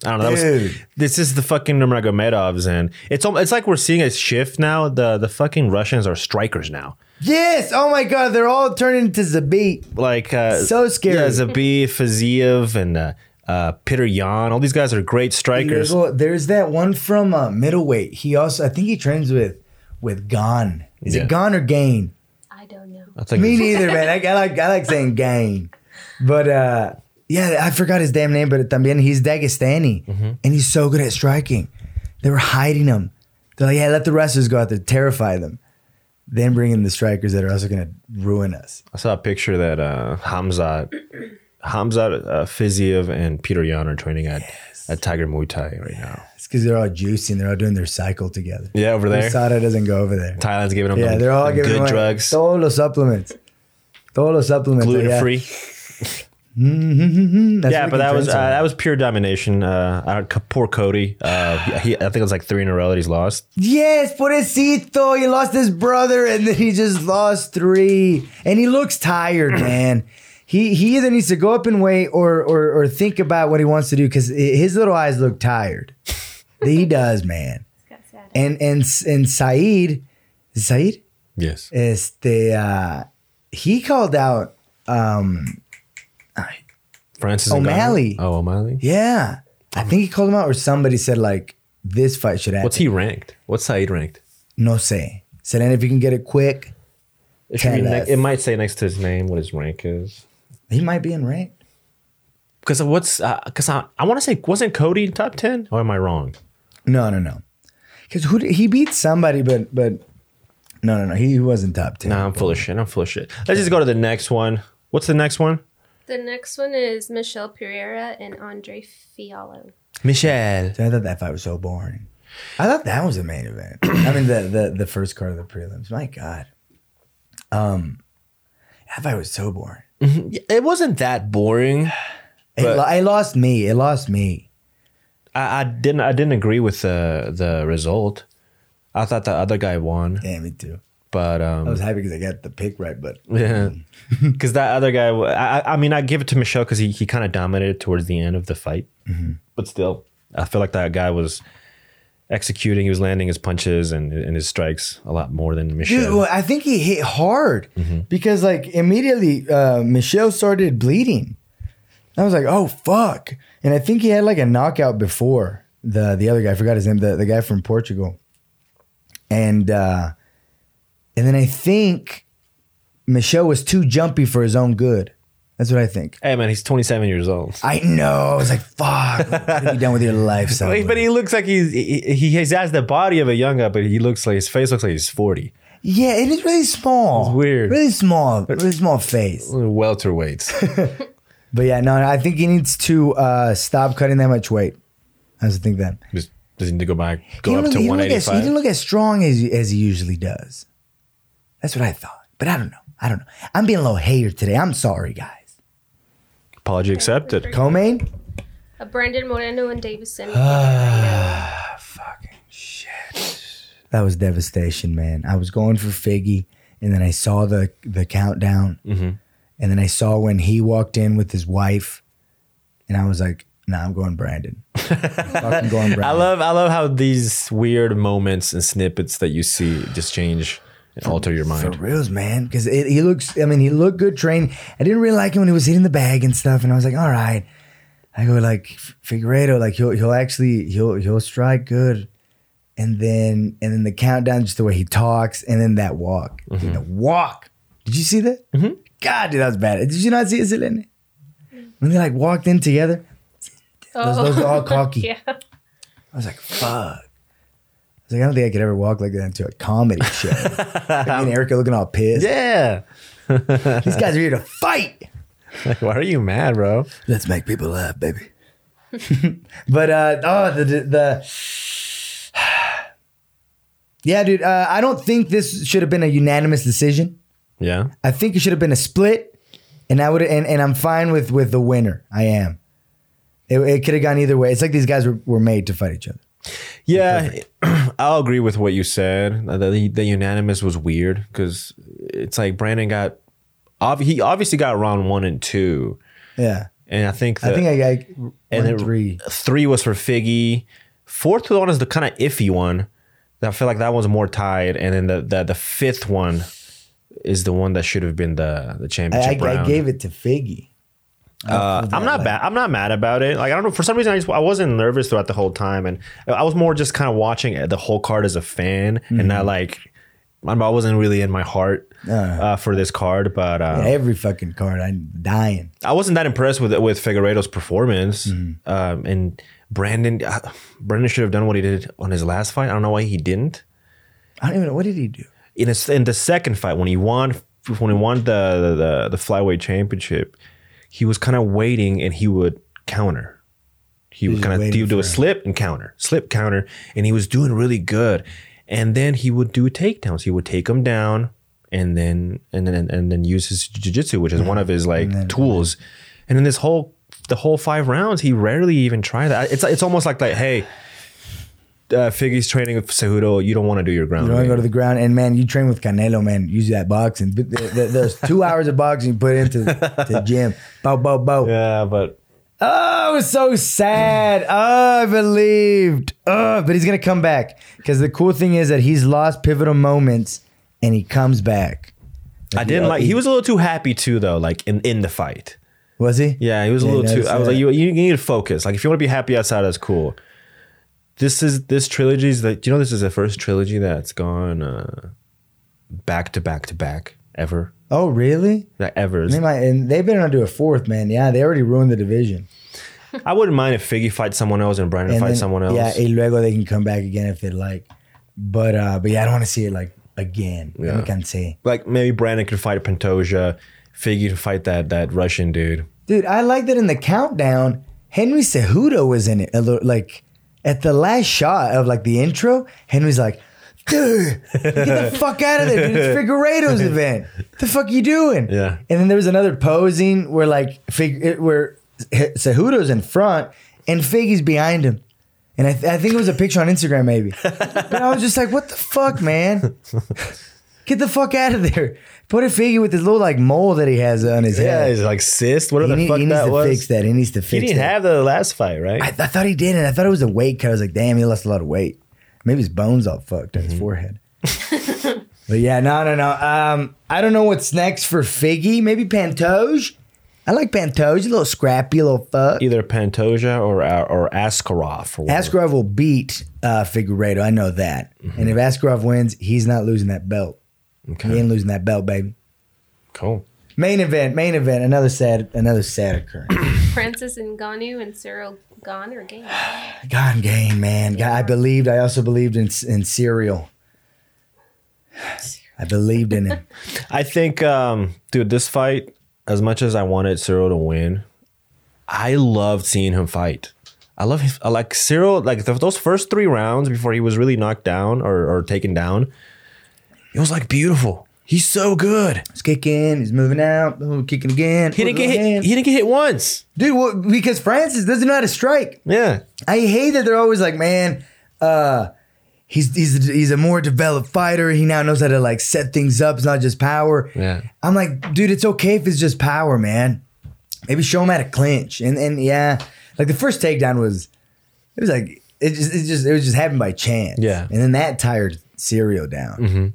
I don't know. That was, Dude. this is the fucking Nurmagomedovs, and it's al- it's like we're seeing a shift now. The the fucking Russians are strikers now. Yes. Oh my God. They're all turning into Zabit. Like uh, So scary. Yeah, Zabiev, Faziev, and uh, uh, Peter Yan. All these guys are great strikers. There's, there's that one from uh, middleweight. He also, I think he trains with with Gon. Is Yeah. it Gon or Gain? I don't know. I think Me neither, man. I, I like I like saying Gain, but uh, yeah, I forgot his damn name. But también he's Dagestani, Mm-hmm. and he's so good at striking. They were hiding him. They're like, yeah, let the wrestlers go out there, terrify them, then bring in the strikers that are also going to ruin us. I saw a picture that uh, Hamza, Hamza uh, Fiziev, and Peter Yan are training at, at Tiger Muay Thai right now. It's because they're all juicy and they're all doing their cycle together. Yeah, over there. Usada doesn't go over there. Thailand's giving them Yeah, them they're all them giving good away drugs, Todos los supplements. Todos los supplements. gluten yeah. free. Mm, that's Yeah, what but we that can was uh, train that was pure domination. Uh, I don't, poor Cody. Uh, he, I think it was like three in a row that he's lost. to. Yes, pobrecito. He lost his brother and then he just lost three. And he looks tired, man. He he either needs to go up in weight or or, or think about what he wants to do because his little eyes look tired. he does, man. Got sad. And and and Saeed, is it Saeed? Yes. Este, uh, he called out. Um, Francis O'Malley. Ngannou. Oh, O'Malley. yeah, I think he called him out, or somebody said like this fight should happen. What's he ranked? What's Saeed ranked? No say. So then if you can get it quick, It, should be Tell ne- us. it might say next to his name what his rank is. he might be in rank. Because what's because I, I want to say wasn't Cody top ten or am I wrong? No, no, no. Because who did, he beat somebody, but but no, no, no. He, he wasn't top ten. Nah, I'm full of shit. I'm full of shit. Let's just go to the next one. What's the next one? The next one is Michelle Pereira and Andre Fiallo. Michelle. So I thought that fight was so boring. I thought that was the main event. I mean, the the the first card of the prelims. My God, um, that fight was so boring. It wasn't that boring. It, But- lo- it lost me. It lost me. I, I didn't. I didn't agree with the the result. I thought the other guy won, Yeah, me too. but I um, was happy because I got the pick right, but yeah, because that other guy. wa- I, I- I mean, I give it to Michelle because he he kind of dominated towards the end of the fight, Mm-hmm. but still, I feel like that guy was executing. He was landing his punches and and his strikes a lot more than Michelle. Dude, well, I think he hit hard Mm-hmm. because like immediately uh, Michelle started bleeding. I was like, oh fuck! And I think he had like a knockout before the the other guy. I forgot his name. The the guy from Portugal, and uh, And then I think Michelle was too jumpy for his own good. That's what I think. Hey man, he's 27 years old. I know. I was like, fuck. What have you done with your life, son? But he looks like he's he, he he has the body of a young guy, but he looks like his face looks like he's 40. yeah, it is really small. It's weird. Really small. Really small face. Welterweights. But yeah, no, I think he needs to uh, stop cutting that much weight. I was thinking that. Just doesn't need to go back, He go up didn't to look- he didn't look as- He 185. didn't look as strong as as he usually does. That's what I thought. But I don't know. I don't know. I'm being a little hater today. I'm sorry, guys. Apology accepted. Comain? Uh, Brandon Moreno and Davison. That was devastation, man. I was going for Figgy, and then I saw the the countdown, Mm-hmm. and then I saw when he walked in with his wife, and I was like, "Nah, I'm going Brandon. Fucking going Brandon." I love I love how these weird moments and snippets that you see just change and alter your for mind. reals, man, because he looks. I mean, he looked good trained. I didn't really like him when he was hitting the bag and stuff, and I was like, "All right." I go like F- Figueredo, like he'll he'll actually he'll he'll strike good, and then and then the countdown, just the way he talks, and then that walk, Dude, the walk. Did you see that? God, dude, that was bad. Did you not see it, Selene? When they like walked in together, those, those are all cocky. Oh, yeah. I was like, fuck. I was like, I don't think I could ever walk like that into a comedy show. like me and Erica looking all pissed. Yeah. These guys are here to fight. Like, why are you mad, bro? Let's make people laugh, baby. but uh oh the the, the Yeah, dude, uh, I don't think this should have been a unanimous decision. Yeah. I think it should have been a split and I would and, and I'm fine with with the winner. I am. It, it could have gone either way. It's like these guys were, were made to fight each other. Yeah, I'll agree with what you said. Uh, The, the unanimous was weird because it's like Brandon got, ob- he obviously got round one and two, Yeah. and I think the, I think I got one, and then three. three was for Figgy. Fourth one is the kind of iffy one. I feel like that one's more tied, and then the the, the fifth one is the one that should have been the the I, championship I, I round. gave it to Figgy. Uh, I'm not bad. I'm not mad about it. Like I don't know. For some reason, I just I wasn't nervous throughout the whole time, and I was more just kind of watching the whole card as a fan, and Mm-hmm. not like I'm- I wasn't really in my heart uh, for this card. But uh, Every fucking card. I'm dying. I wasn't that impressed with with Figueredo's performance. Um, and Brandon, uh, Brandon should have done what he did on his last fight. I don't know why he didn't. I don't even know. What did he do? In his, in the second fight when he won when he won the the, the flyweight championship, he was kind of waiting and he would counter. He would was kind of waiting do, do a for him. slip and counter, slip counter, and he was doing really good. And then he would do takedowns. He would take him down, and then and then and then use his jujitsu, which is one of his like tools. And in this whole the whole five rounds, he rarely even tried that. It's it's almost like like hey, uh, Figgy's training with Cejudo. You don't want to do your ground. You want to game. go to the ground, and man, you train with Canelo, man. Use that boxing. But th- th- There's two hours of boxing you put into the gym. Bo, bo, bo. Yeah, but Oh, it was so sad. Oh, I believed. Oh, but he's gonna come back because the cool thing is that he's lost pivotal moments, and he comes back. I didn't uh, like. He was a little too happy too, though. Like in in the fight. Was he? Yeah, he was a Yeah, little too. notice I was that. like, you you need to focus. Like if you want to be happy outside, that's cool. This is this trilogy is like. Do you know this is the first trilogy that's gone uh, back to back to back ever Oh, really? that ever. They might, and they better not do a fourth, man. Yeah, they already ruined the division. I wouldn't mind if Figgy fights someone else and Brandon and fights then, someone else. Yeah, and luego they can come back again if they like. But uh but yeah, I don't want to see it like again. Yeah. Yeah. I can say, like maybe Brandon could fight Pantoja. Figgy could fight that that Russian dude. dude, I like that in the countdown. Henry Cejudo was in it. A little, like at the last shot of like the intro, Henry's like, "Dude, get the fuck out of there, dude! It's Figueredo's event. The fuck you doing?" Yeah. And then there was another posing where like Fig- it- where H- Cejudo's in front and Figgy's behind him. And I, th- I think it was a picture on Instagram, maybe. but I was just like, what the fuck, man? Get the fuck out of there. Put a figure with his little like mole that he has on his Yeah, head. he's like cyst. Whatever He, the need- fuck he needs that to was. fix that. He needs to fix He didn't that. have the last fight, right? I, I thought he did, and I thought it was a weight cut. I was like, damn, he lost a lot of weight. Maybe his bones all fucked Mm-hmm. on his forehead. but yeah, no, no, no. Um, I don't know what's next for Figgy. Maybe Pantoge. I like Pantoge. A little scrappy, a little fuck. Either Pantoja or uh, or Askarov. Or whatever. Askarov will Mm-hmm. beat uh, Figueredo. I know that. And if Askarov wins, he's not losing that belt. He ain't losing that belt, baby. Cool. Main event, main event. Another sad, another sad occurrence. Francis Ngannou and Cyril Gane or Gane. God, game, man. God, I believed. I also believed in in cereal. I believed in him. I think, um, dude, this fight, as much as I wanted Cyril to win, I loved seeing him fight. I love his, I like Cyril, like th- those first three rounds before he was really knocked down or, or taken down. It was like beautiful. He's so good. He's kicking. He's moving out. Oh, kicking again. He didn't get Again. hit. He didn't get hit once. dude. Well, because Francis doesn't know how to strike. Yeah. I hate that they're always like, man, uh, he's he's he's a more developed fighter. He now knows how to like set things up. It's not just power. Yeah. I'm like, dude, it's okay if it's just power, man. Maybe show him how to clinch. And and yeah, like the first takedown was, it was like it just it just it was just happened by chance. Yeah. Mm-hmm. And then that tired Sirio down.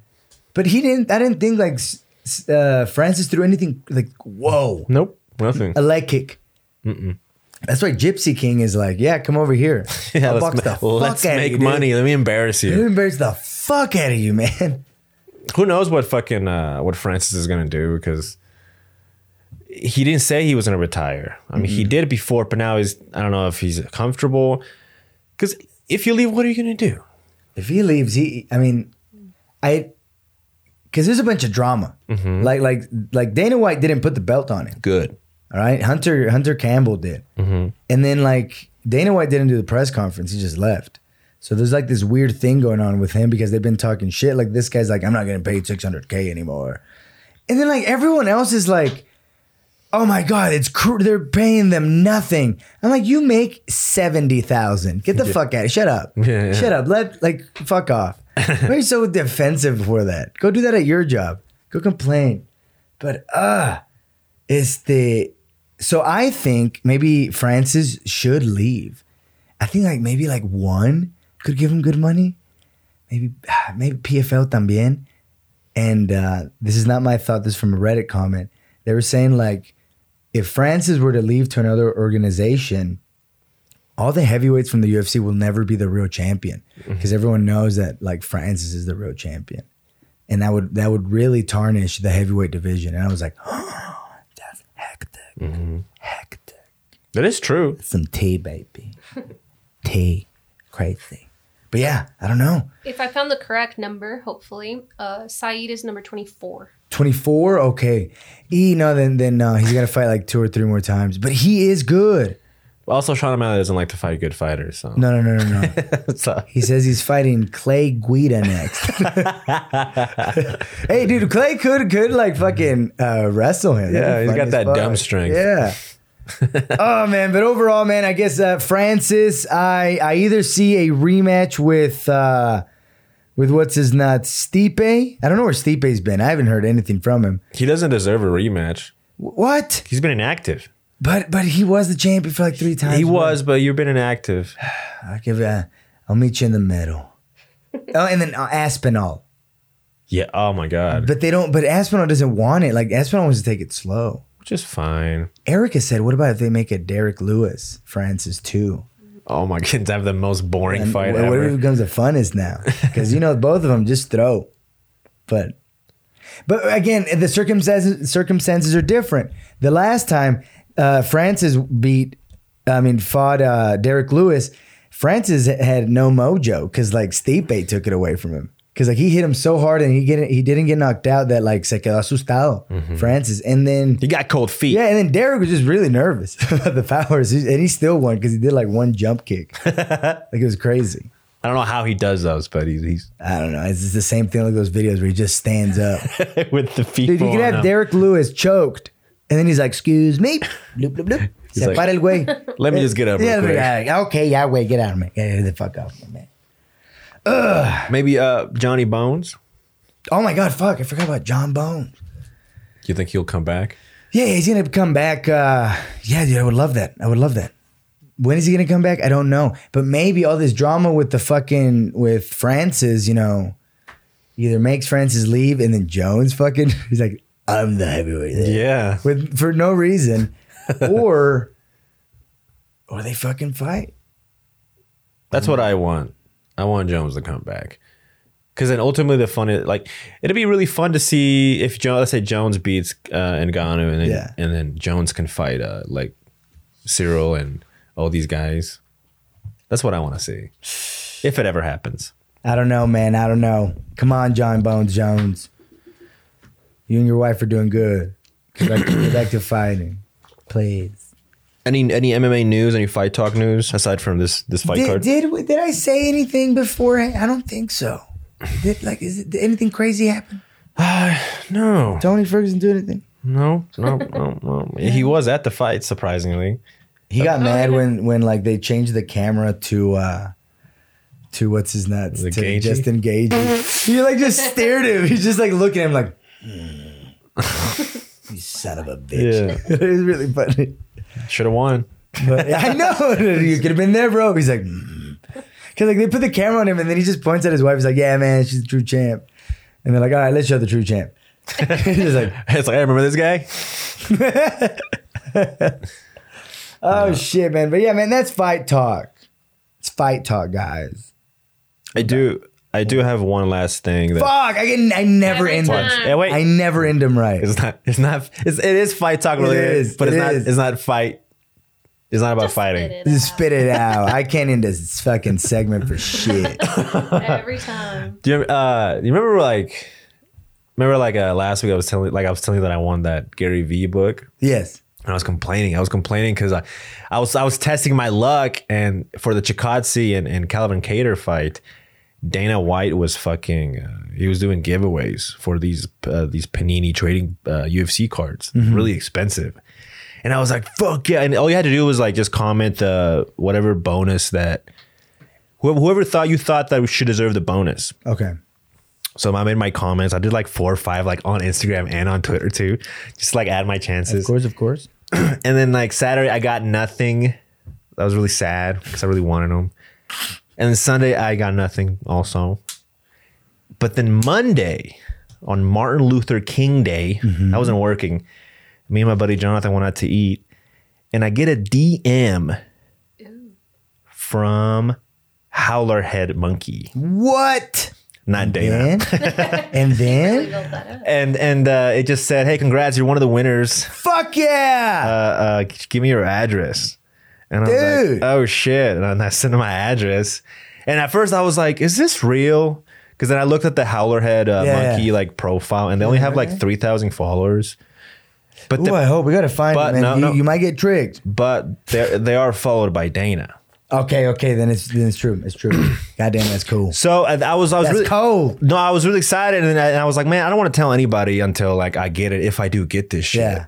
But he didn't. I didn't think like s- s- uh, Francis threw anything like whoa Nope. Nothing. a leg kick. That's why Gypsy King is like, yeah, come over here. Yeah, I'll let's box ma- the let's fuck outta make you, dude. money. Let me embarrass Let me you. embarrass the fuck out of you, man. Who knows what fucking uh, what Francis is gonna do? Because he didn't say he was gonna retire. I mean, he Mm-hmm. did before, but now he's. I don't know if he's comfortable. Because if you leave, what are you gonna do? If he leaves, he, I mean, I, because there's a bunch of drama. Mm-hmm. Like, like, like Dana White didn't put the belt on him. Good. All right, Hunter Hunter Campbell did, Mm-hmm. and then like Dana White didn't do the press conference; he just left. So there's like this weird thing going on with him because they've been talking shit. Like this guy's like, "I'm not gonna pay 600k anymore," and then like everyone else is like, "Oh my god, it's cr- they're paying them nothing." I'm like, "You make seventy thousand. Get the fuck out! Shut up! Yeah, yeah. Shut up! Let like fuck off." Why are you so defensive for that? Go do that at your job. Go complain. But uh it's the so I think maybe Francis should leave. I think like maybe like one could give him good money. Maybe maybe PFL también. And uh, this is not my thought. This is from a Reddit comment. They were saying like, if Francis were to leave to another organization, all the heavyweights from the UFC will never be the real champion because everyone knows that like Francis is the real champion, and that would that would really tarnish the heavyweight division. And I was like, that's hectic, hectic That is true. some tea, baby. tea. Crazy. But yeah, I don't know. If I found the correct number, hopefully, uh, Saeed is number 24. 24? Okay. E, no, then then no, he's gonna fight like two or three more times. But he is good. Also, Sean O'Malley doesn't like to fight good fighters. So. uh, No, no, no, no, no. So, He says he's fighting Clay Guida next. hey, dude, Clay could could like fucking uh, wrestle him. That'd Yeah, be he's fun got as that fuck. dumb strength. Yeah. oh man, but overall, man, I guess uh, Francis, I I either see a rematch with uh, with what's his nuts Stipe. I don't know where Stipe's been. I haven't heard anything from him. he doesn't deserve a rematch. Wh- What? He's been inactive. But but he was the champion for like three times. He was, but you've been inactive. I'll give. Uh, I'll meet you in the middle. oh, and then uh, Aspinall. Yeah. Oh my god. But they don't. But Aspinall doesn't want it. Like Aspinall wants to take it slow. Which is fine. Erica said, "What about if they make a Derek Lewis Francis too? Oh my god. To have the most boring And fight wh- ever. whatever becomes the funnest now, because you know both of them just throw. But, but again, the circumstances circumstances are different. The last time uh, Francis beat, I mean, fought uh, Derek Lewis, Francis had no mojo because like Stipe took it away from him. Cause like he hit him so hard and he get he didn't get knocked out that like se quedó asustado Mm-hmm. Francis and then He got cold feet. Yeah, and then Derek was just really nervous about the powers, He- and he still won because he did like one jump kick. like it was crazy. I don't know how he does those, but he's, he's I don't know. It's just the same thing like those videos where he just stands up. with the feet. Dude, you could going have up. Derek Lewis choked, and then he's like, "Excuse me, bloop bloop bloop." Se like, para el güey. Let me just get up. Yeah, real quick. yeah, okay, yeah, wait, get out of me. Get the fuck off, my man. Maybe uh, Johnny Bones. Oh my god, fuck! I forgot about John Bones. You think he'll come back? Yeah, he's gonna come back. Uh, yeah, dude, I would love that. I would love that. When is he gonna come back? I don't know. But maybe all this drama with the fucking with Francis, you know, either makes Francis leave and then Jones fucking he's like, I'm the heavyweight. Yeah. With for no reason. or or they fucking fight. That's what I want. I want Jones to come back. Because then ultimately the fun is like it'd be really fun to see if Jo- let's say Jones beats uh, Ngannou and then Yeah. and then Jones can fight uh, like Cyril and all these guys. That's what I want to see, if it ever happens. I don't know, man. I don't know. Come on, John Bones Jones. You and your wife are doing good. Correct, collective fighting, please. Any any MMA news? Any fight talk news aside from this this fight Did, card? did we- did I say anything before? I don't think so. Did like is it, did anything crazy happen? no, Tony Ferguson do anything? no, no, no, no. He was at the fight, surprisingly. He got mad when when like they changed the camera to uh to what's his nuts it to Gaethje? Justin Gagey. he like just stared at him. He's just like looking at him like, hmm. you son of a bitch. it was really funny. Should have won. But I know you could have been there, bro. He's like, mm. cause like they put the camera on him, and then he just points at his wife. He's like, yeah, man, she's the true champ. And they're like, all right, let's show the true champ. he's just like, It's like I remember this guy. oh shit, man. But yeah, man, that's fight talk. It's fight talk, guys. I do. I do have one last thing. That Fuck, I can, I never Every end time. them. Fuck. Yeah, wait. I never end them right. it's not. It's not. It's, it is fight talk related, is, but it's it not. is. It's not fight. It's not about fighting. Spit it Just out spit it out. I can't end this fucking segment for shit. every time. Do you, uh, you remember like? Remember like uh, last week I was telling like I was telling you that I won that Gary Vee book. Yes. And I was complaining. I was complaining because I, I was I was testing my luck and for the Chikotse and, and Calvin Cater fight, Dana White was fucking. Uh, he was doing giveaways for these uh, these Panini trading uh, UFC cards, really expensive. And I was like, "Fuck yeah!" And all you had to do was like just comment the whatever bonus that whoever, whoever thought you thought that we should deserve the bonus. Okay. So I made my comments. I did like four or five like on Instagram and on Twitter too, just like add my Of chances course, of course. and then like Saturday, I got nothing. That was really sad because I really wanted them. And then Sunday, I got nothing also. But then Monday, on Martin Luther King Day, I wasn't working. Me and my buddy Jonathan went out to eat, and I get a DM from Howler Head Monkey, What? not Dana. And, and We then? built that up. And and uh, it just said, "Hey, congrats! You're one of the winners. Fuck yeah! uh, uh, give me your address. And I was Dude. like, oh shit. And I sent him my address. And at first I was like, is this real? Because then I looked at the Howlerhead uh, Yeah. monkey like profile and they only have like 3,000 followers. But Ooh, the, I hope we gotta find but him, man. no, you, no. you might get tricked. but they they are followed by Dana. Okay, okay, then it's then it's true. It's true. Goddamn, that's cool. So and I was I was That's really cold. No, I was really excited and I, and I was like, man, I don't want to tell anybody until like I get it if I do get this shit. Yeah.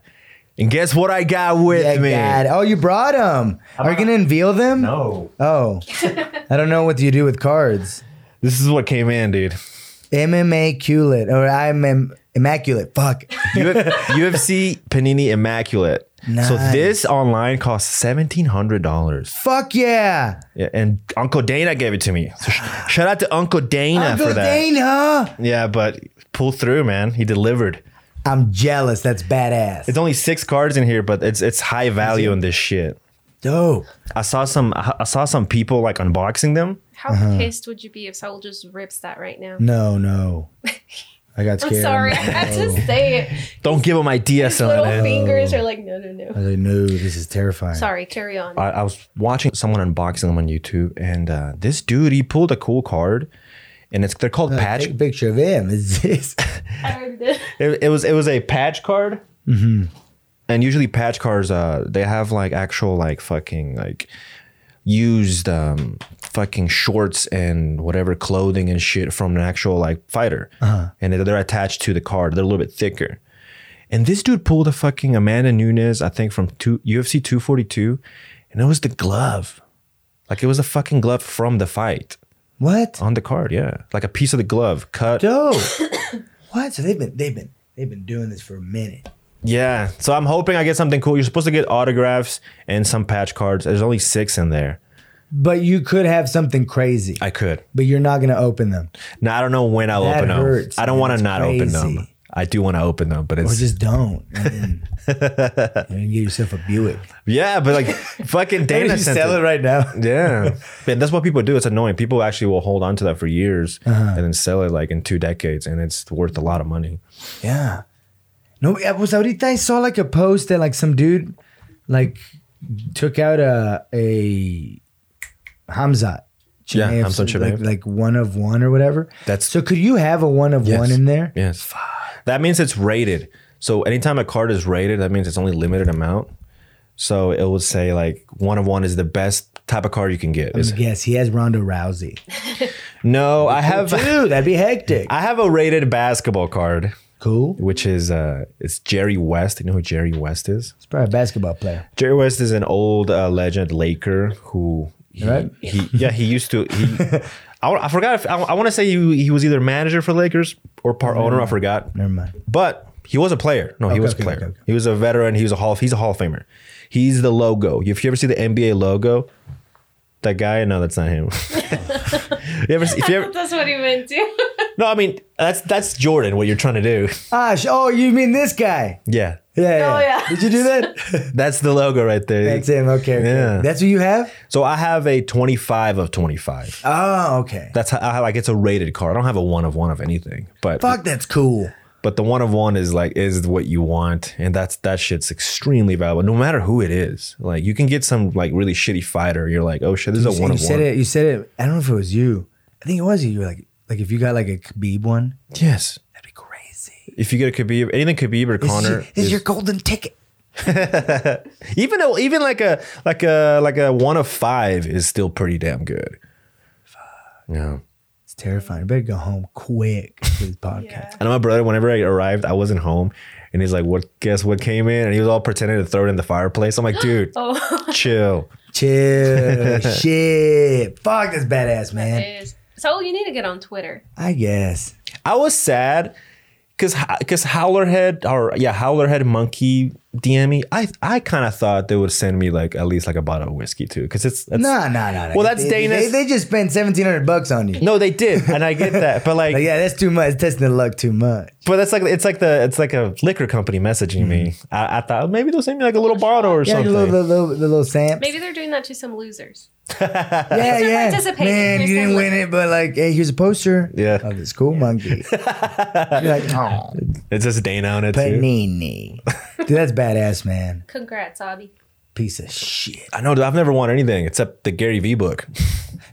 And guess what I got with Yeah, me? God. Oh, you brought them. Are you gonna unveil them? No. Oh, I don't know what you do with cards. This is what came in, dude. MMA culate or I'm im- immaculate. Fuck. Uf- UFC Panini Immaculate. So Nice. this online costs seventeen hundred dollars, Fuck yeah. and Uncle Dana gave it to me. So sh- shout out to Uncle Dana Uncle for that. Dana. Yeah, but pull through, man. He delivered. I'm jealous. That's badass. It's only six cards in here, but it's it's high value in this shit. dope. I saw some I I saw some people like unboxing them. How Uh-huh. pissed would you be if Saul just rips that right now? No, no. I got Mm, I'm scared. Oh. sorry, I like, had no. to say it. Don't give them ideas, son. Little man. fingers are like, no, no, no. I was like, no, this is terrifying. Sorry, carry on. I, I was watching someone unboxing them on YouTube, and uh, this dude he pulled a cool card, and it's they're called patch. Take a picture of him. Is this? I already did. it, it was it was a patch card and usually patch cards uh they have like actual like fucking like used um fucking shorts and whatever clothing and shit from an actual like fighter and they're, they're attached to the card they're a little bit thicker and this dude pulled a fucking amanda nunes i think from two, ufc 242 and it was the glove like it was a fucking glove from the fight What? on the card yeah like a piece of the glove cut Dope. what? So they've been they've been they've been doing this for a minute. Yeah. So I'm hoping I get something cool. You're supposed to get autographs and some patch cards. There's only six in there. But you could have something crazy. I could. but you're not gonna open them. Now I don't know when I'll That open hurts, them. I don't man. want It's to not open crazy. them. I do want to open them, but Or it's just don't. I mean, you can get yourself a Buick. yeah, but like fucking Maybe Dana you sent sell it. it right now. Yeah, Man, that's what people do. It's annoying. People actually will hold on to that for years Uh-huh. and then sell it like in two decades, and it's worth a lot of money. Yeah. No, I was ahorita I saw like a post that like some dude like took out a a Hamza. Yeah, Chimaev, Hamza Chimaev. like, like one of one or whatever. That's- so. Could you have a one of one in there? Yes, that means it's rated. So anytime a card is rated, that means it's only limited amount. So it would say like one of one is the best type of card you can get. Is- Yes, he has Ronda Rousey. no, I have Dude, that'd be hectic. I have a rated basketball card, cool. which is uh it's Jerry West. You know who Jerry West is? He's probably a basketball player. Jerry West is an old uh, legend Laker who he, Right. he yeah he used to he I, I forgot if I, I want to say he, he was either manager for Lakers or part owner I forgot Never mind. but he was a player no he Okay, was a okay, player okay, okay. he was a veteran he was a hall of, he's a hall of famer he's the logo if you ever see the NBA logo that guy no that's not him you ever see- if you ever That's what he meant to. no I mean that's that's Jordan what you're trying to do Ah, sh- oh, you mean this guy? yeah Yeah. Oh, yeah. Did you do that? that's the logo right there That's him. Okay. okay. Yeah. That's what you have. so I have a 25 of 25 Oh, okay. That's how, how like it's a rated card. I don't have a one of one of anything, but Fuck, that's cool. but the one of one is like is what you want, and that's that shit's extremely valuable. No matter who it is, like you can get some like really shitty fighter. You're like, oh shit, this is a You one you of said one. it. You said it. I don't know if it was you. I think it was you. You were like, like if you got like a Khabib one, Yes, that'd be crazy. if you get a Khabib, anything Khabib or This is- Connor, this is, your golden ticket. even a, even like a like a like a one of five is still pretty damn good. Yeah. It's terrifying. You better go home quick for this podcast. And my brother, whenever I arrived, I wasn't home. And he's like, "What? Guess what came in?" And he was all pretending to throw it in the fireplace. I'm like, "Dude, Oh, chill." Chill. Shit. Fuck, that's badass, it man. is. So you need to get on Twitter. I guess. I was sad because because Howlerhead or yeah Howlerhead Monkey DM me. I I kind of thought they would send me like at least like a bottle of whiskey too because it's, it's No, no, no. no. Well, that's they, They, Dana's- they just spent seventeen hundred bucks on you. no they did and I get that but like, Like, yeah, that's too much. It's testing the luck too much. but that's like it's like the it's like a liquor company messaging me. I, I thought maybe they'll send me like a little bottle or Mm-hmm. Yeah, the something. little, the little, the little Sam. Maybe they're doing that to some losers. Yeah, They're yeah. participating. Man, Here's you didn't their win it, but like, hey, here's a poster. Yeah. Of this cool monkey. You're like, oh, It's just Dana on it too. panini. Dude, that's badass, man. Congrats, Abby. Piece of shit. I know dude, I've never won anything except the Gary Vee book.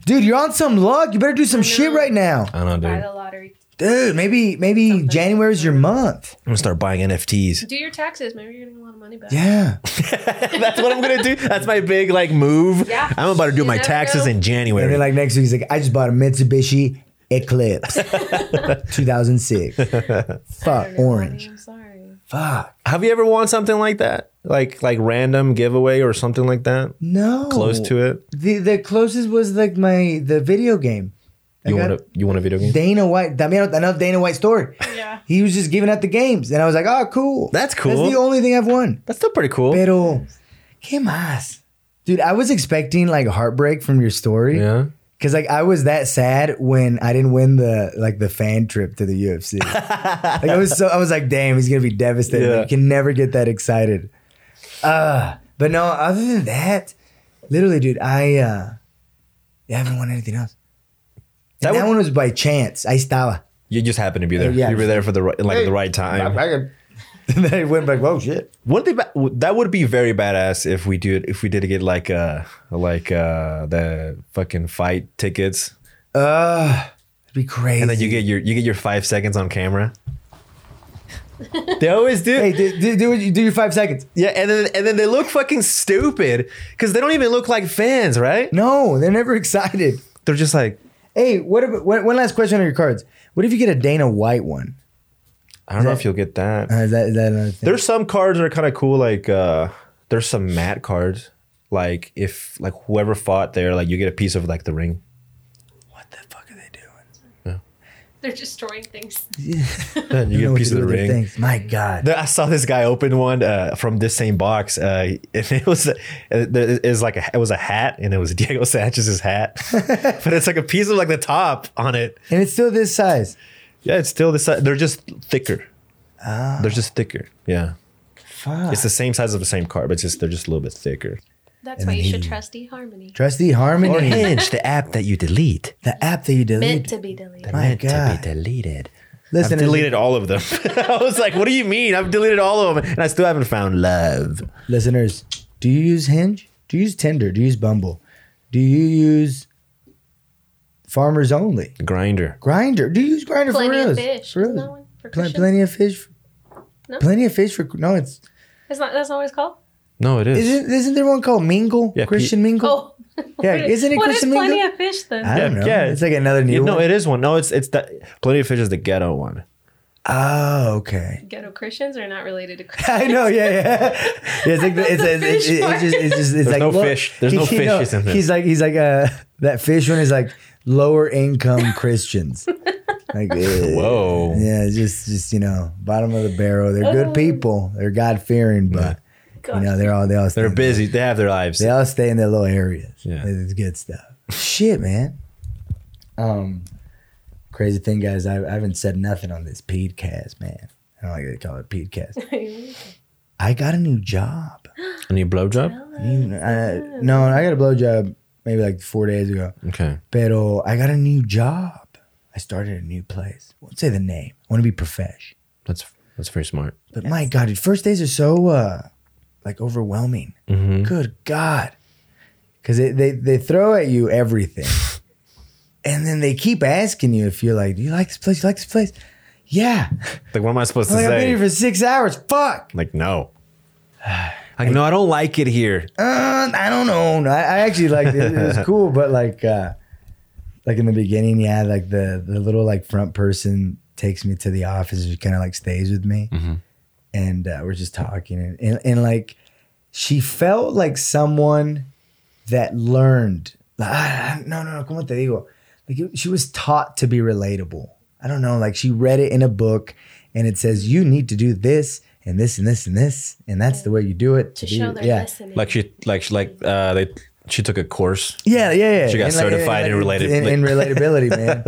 Dude, you're on some luck. You better do some shit right now. I don't know, Buy dude. the lottery. Dude, maybe maybe January's your month. I'm gonna start buying NFTs. Do your taxes. Maybe you're getting a lot of money back. Yeah. That's what I'm gonna do. That's my big like move. Yeah. I'm about to do You my never taxes know. in January. And then like next week he's like, I just bought a Mitsubishi Eclipse. 2006. Fuck, orange. I'm sorry. Fuck. Have you ever won something like that? Like like random giveaway or something like that? No. Close to it? The the closest was like my the video game. I You got- want a you want a video game? Dana White. I mean, I know Dana White's story. Yeah. He was just giving out the games, and I was like, "Oh, cool. That's That's the cool. only thing I've won." That's still pretty cool. Pero, qué más, dude? I was expecting like heartbreak from your story, Yeah. Cause like I was that sad when I didn't win the like the fan trip to the UFC. like I was so I was like, damn, he's gonna be devastated. Yeah. You can never get that excited. Uh but no, other than that, literally, dude, I uh yeah, I haven't won anything else. That That, would- one was by chance. I estaba. You just happened to be there. Yeah. You were there for the right, like the right time. and then I went back, oh shit. Wouldn't they ba- w- that would be very badass if we did if we did get like uh like uh the fucking fight tickets Uh it'd be crazy. and then you get your you get your five seconds on camera. they always do. Hey, do, do, do, what you- do your five seconds. yeah, and then and then they look fucking stupid because they don't even look like fans, right? No, they're never excited. They're just like Hey, what about one one last question on your cards? What if you get a Dana White one? I don't know if you'll get that. Uh, is that is that another thing? There's some cards that are kind of cool. Like uh, there's some matte cards. Like if like whoever fought there, like you get a piece of like the ring. what the fuck are they doing? They're destroying things. Then Don't know you get a what piece to of do the with their ring. things. My God. Then I saw this guy open one uh, from this same box, uh, and it was uh, there is like a, it was a hat, and it was Diego Sanchez's hat, but it's like a piece of like the top on it. And it's still this size. Yeah, it's still this. They're just thicker. Ah. They're just thicker. Yeah. Fuck. It's the same size of the same car, but it's just they're just a little bit thicker. That's why you should trust eHarmony. Trusty Harmony, Hinge, the app that you delete. the app that you Meant delete. to be deleted. My God. deleted. Listen, I've deleted all of them. I was like, what do you mean? I've deleted all of them and I still haven't found love. listeners, do you use Hinge? Do you use Tinder? Do you use Bumble? Do you use Farmers Only? Grinder. Grinder? Do you use Grinder for Plenty real? of fish. For reals? Isn't that one? For Pl- Christian? plenty of fish. No? Plenty of fish for no. It's That's not. That's not what it's called. No, it is. isn't isn't there one called Mingle? Yeah, Christian Mingle. Oh, Yeah, isn't it What is Christian plenty Mingle? of fish then? I don't Yeah, know. yeah. It's like another new Yeah, no, one. it is one. No, it's it's that plenty of fish is the ghetto one. oh, okay. Ghetto Christians are not related to Christians. I know, yeah, yeah. yeah it's like the, it's, The it's, it's, fish it's just it's just it's like no look- fish. There's no he- he fish know- is in there. He's like he's like uh that fish one is like lower income Christians. Like eh, Whoa. yeah, it's just just you know bottom of the barrel. They're Oh. good people. They're God fearing, but Gosh. you know they're all they all stay They're in their- busy. They have their lives. They all stay in their little areas. Yeah. it's good stuff. Shit, man. Um, crazy thing, guys. I, I haven't said nothing on this podcast, man. I don't like they call it podcast. I got a new job. I need a blowjob. You- I- no, I got a blowjob maybe like four days ago. Okay. Pero I got a new job. I started a new place. Won't say the name. I want to be profesh. That's that's very smart. But my God, dude, first days are so uh like overwhelming. Good God. Cause they, they they throw at you everything. and then they keep asking you if you're like, Do you like this place? You like this place? Yeah. Like what am I supposed I'm to like, I've been say? here for six hours. Fuck. like no. Like no, I don't like it here. uh, I don't know. No, I, I actually liked it. It was cool, but like, uh, like in the beginning, yeah, like the the little like front person takes me to the office and kind of like stays with me, and uh, we're just talking and, and and like she felt like someone that learned. Like, ah, no, no, no, como te digo? Like it- she was taught to be relatable. I don't know. Like she read it in a book, and it says you need to do this and this and this and this, and that's the way you do it To be- show they're yeah. listening. Like she like she, like uh they she took a course. Yeah, yeah, yeah. She got certified in related- in, in relatability, man.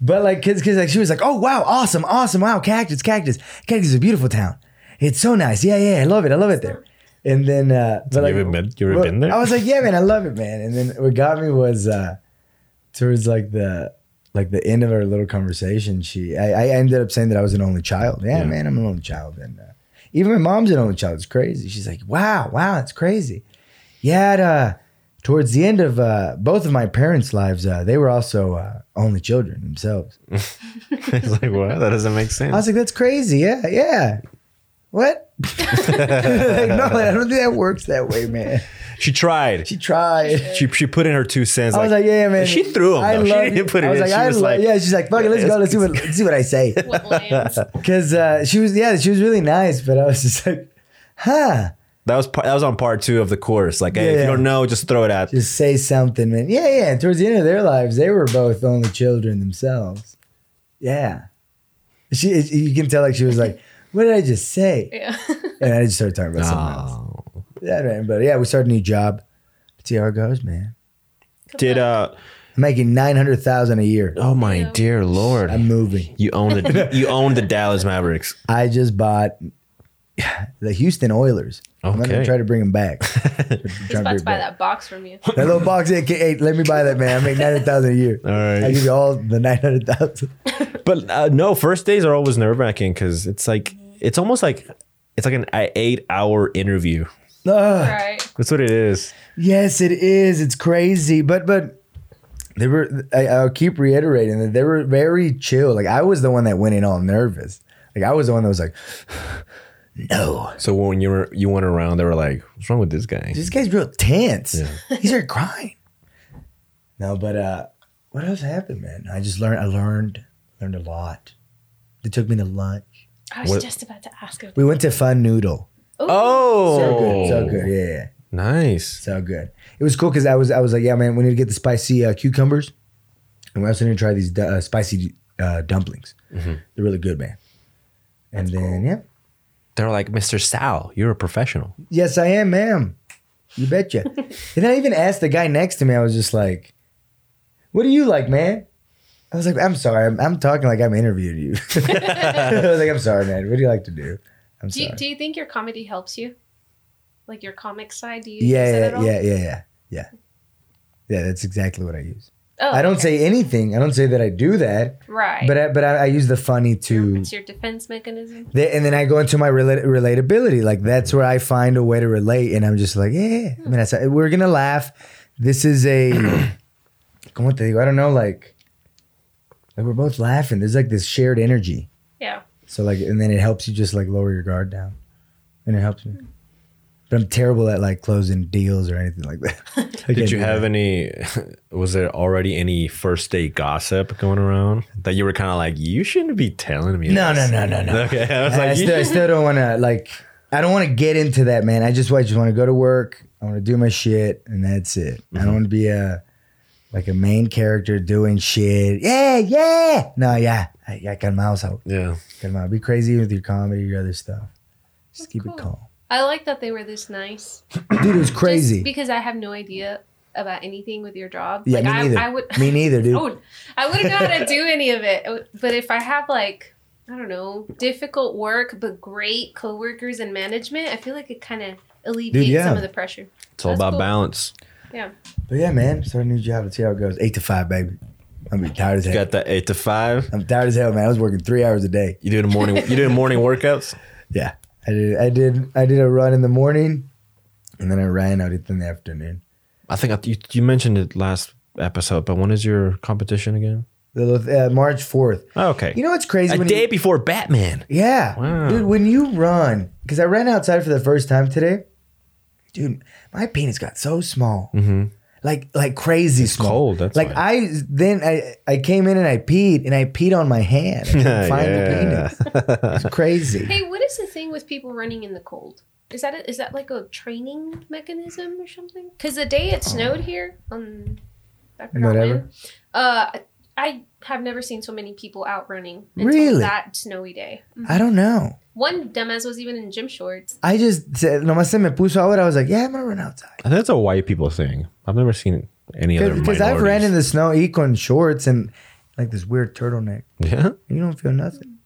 but like, kids, kids, like she was like, "Oh wow, awesome, awesome, wow, cactus, cactus, cactus is a beautiful town. It's so nice. Yeah, yeah, I love it. I love it there." And then, uh, but like, you ever been you ever well, been there? I was like, "Yeah, man, I love it, man." And then what got me was uh, towards like the like the end of our little conversation. She, I, I ended up saying that I was an only child. Yeah, Yeah. man, I'm an only child, and uh, even my mom's an only child. It's crazy. She's like, "Wow, wow, that's crazy." Yeah, it, uh, towards the end of uh, both of my parents' lives, uh, they were also uh, only children themselves. It's like what? That doesn't make I sense. was like, "That's crazy." Yeah, yeah. What? like, no, I don't think that works that way, man. She tried. She tried. She she put in her two cents. I was like, yeah, yeah, man. She threw him. I though. love she didn't you. put it I was in. Like, she I was lo- like, yeah, she's like, fuck it, let's it's- go. Let's see what let's see what I say. What lands? Because uh, she was, yeah, she was really nice, but I was just like, huh? that was part, that was on part two of the course. Like, hey, if Yeah. you don't know, just throw it out. Just say something, man. Yeah, yeah. And towards the end of their lives, they were both only children themselves. Yeah, she. You can tell like she was like, what did I just say? Yeah. And I just started talking about something else. Oh. Yeah, man. But yeah, we started a new job. See how it goes, man. Did uh I'm making nine hundred thousand a year. oh my Yeah. dear lord. I'm moving. You own the you own the Dallas Mavericks. I just bought the Houston Oilers. I'm gonna Okay. try to bring them back. He's about to buy that box from you. That little box, AKA, let me buy that, man. I make 900000 a year. All right. I give you all the 900000 But uh, no, first days are always nerve wracking because it's like it's almost like it's like an eight hour interview. Ah, Right. That's what it is. Yes, it is. It's crazy. But, but they were, I, I'll keep reiterating that they were very chill. Like, I was the one that went in all nervous. Like, I was the one that was like, no. So when you were you went around, they were like, "What's wrong with this guy?" This guy's real tense. He started crying. No, but uh, what else happened, man? I just learned. I learned. Learned a lot. They took me to lunch. I was What- just about to ask him. We went to Fun Noodle. oh, So good. So good. Yeah, yeah. nice. So good. It was cool because I was. I was like, yeah, man. We need to get the spicy uh, cucumbers, and we also need to try these du- uh, spicy uh, dumplings. They're really good, man. And then yeah, They were like, "Mr. Sal, you're a professional." Yes, I am, ma'am. You betcha. and I even asked the guy next to me, I was just like, What do you like, man? I was like, I'm sorry. I'm, I'm talking like I'm interviewing you. I was like, I'm sorry, man. What do you like to do? I'm Do you, sorry. do you think your comedy helps you? Like your comic side? Do you use it at yeah, yeah, all? yeah, yeah, yeah, yeah. Yeah, that's exactly what I use. Oh, I don't okay. say anything. I don't say that I do that, right. but I, but I, I use the funny to it's your defense mechanism. Th- and then I go into my rela- relatability. Like that's where I find a way to relate, and I'm just like, yeah. yeah. I mean, that's, we're gonna laugh. This is a, como te digo? I don't know. Like, like we're both laughing. There's like this shared energy. Yeah. So like, and then it helps you just like lower your guard down, and it helps me. But I'm terrible at like closing deals or anything like that. I can't Did do you have that. any? Was there already any first date gossip going around that you were kind of like, you shouldn't be telling me? No, this." no, no, no, no. Okay, I was I, like, you still, I still don't want to like. I don't want to get into that, man. I just, I just want to go to work. I want to do my shit, and that's it. I Mm-hmm. don't want to be a like a main character doing shit. Yeah, yeah. No, yeah. I, I got miles out. should- yeah. Got miles. Be crazy with your comedy, your other stuff. Just keep cool. it calm, I like that they were this nice. dude. It was Just crazy. because I have no idea about anything with your job. Yeah, like me I, neither. I would Me neither, dude. I would I wouldn't know how to do any of it. But if I have like I don't know, difficult work but great coworkers and management, I feel like it kind of alleviates yeah. some of the pressure. It's all That's about cool. balance. But yeah, man. Start a new job. Let's see how it goes. Eight to five, baby. I'm gonna be tired as You hell. got that eight to five. I'm tired as hell, man. I was working three hours a day. You doing morning? You doing morning workouts? Yeah, I did. I did. I did a run in the morning, and then I ran out in the afternoon. I think I, you, you mentioned it last episode, but when is your competition again? The, uh, March fourth. Oh, okay, You know what's crazy? a when day you, before Batman. yeah, Wow. dude. When you run, because I ran outside for the first time today, dude. My penis got so small, like like crazy small. Mm-hmm. cold, that's like why. I then I I came in and I peed and I peed on my hand. I couldn't find the penis. It's crazy. Hey, what is the thing with people running in the cold? Is that a, is that like a training mechanism or something? Because the day it snowed here on I forgot Whatever. when, uh, I have never seen so many people out running until Really? that snowy day. I don't know. One dumbass was even in gym shorts. I just said, nomás se me puso ahora. I was like, yeah, I'm gonna run outside. I think that's a white people thing. I've never seen any other. Because I've ran in the snow, econ shorts, and like this weird turtleneck. yeah. You don't feel nothing.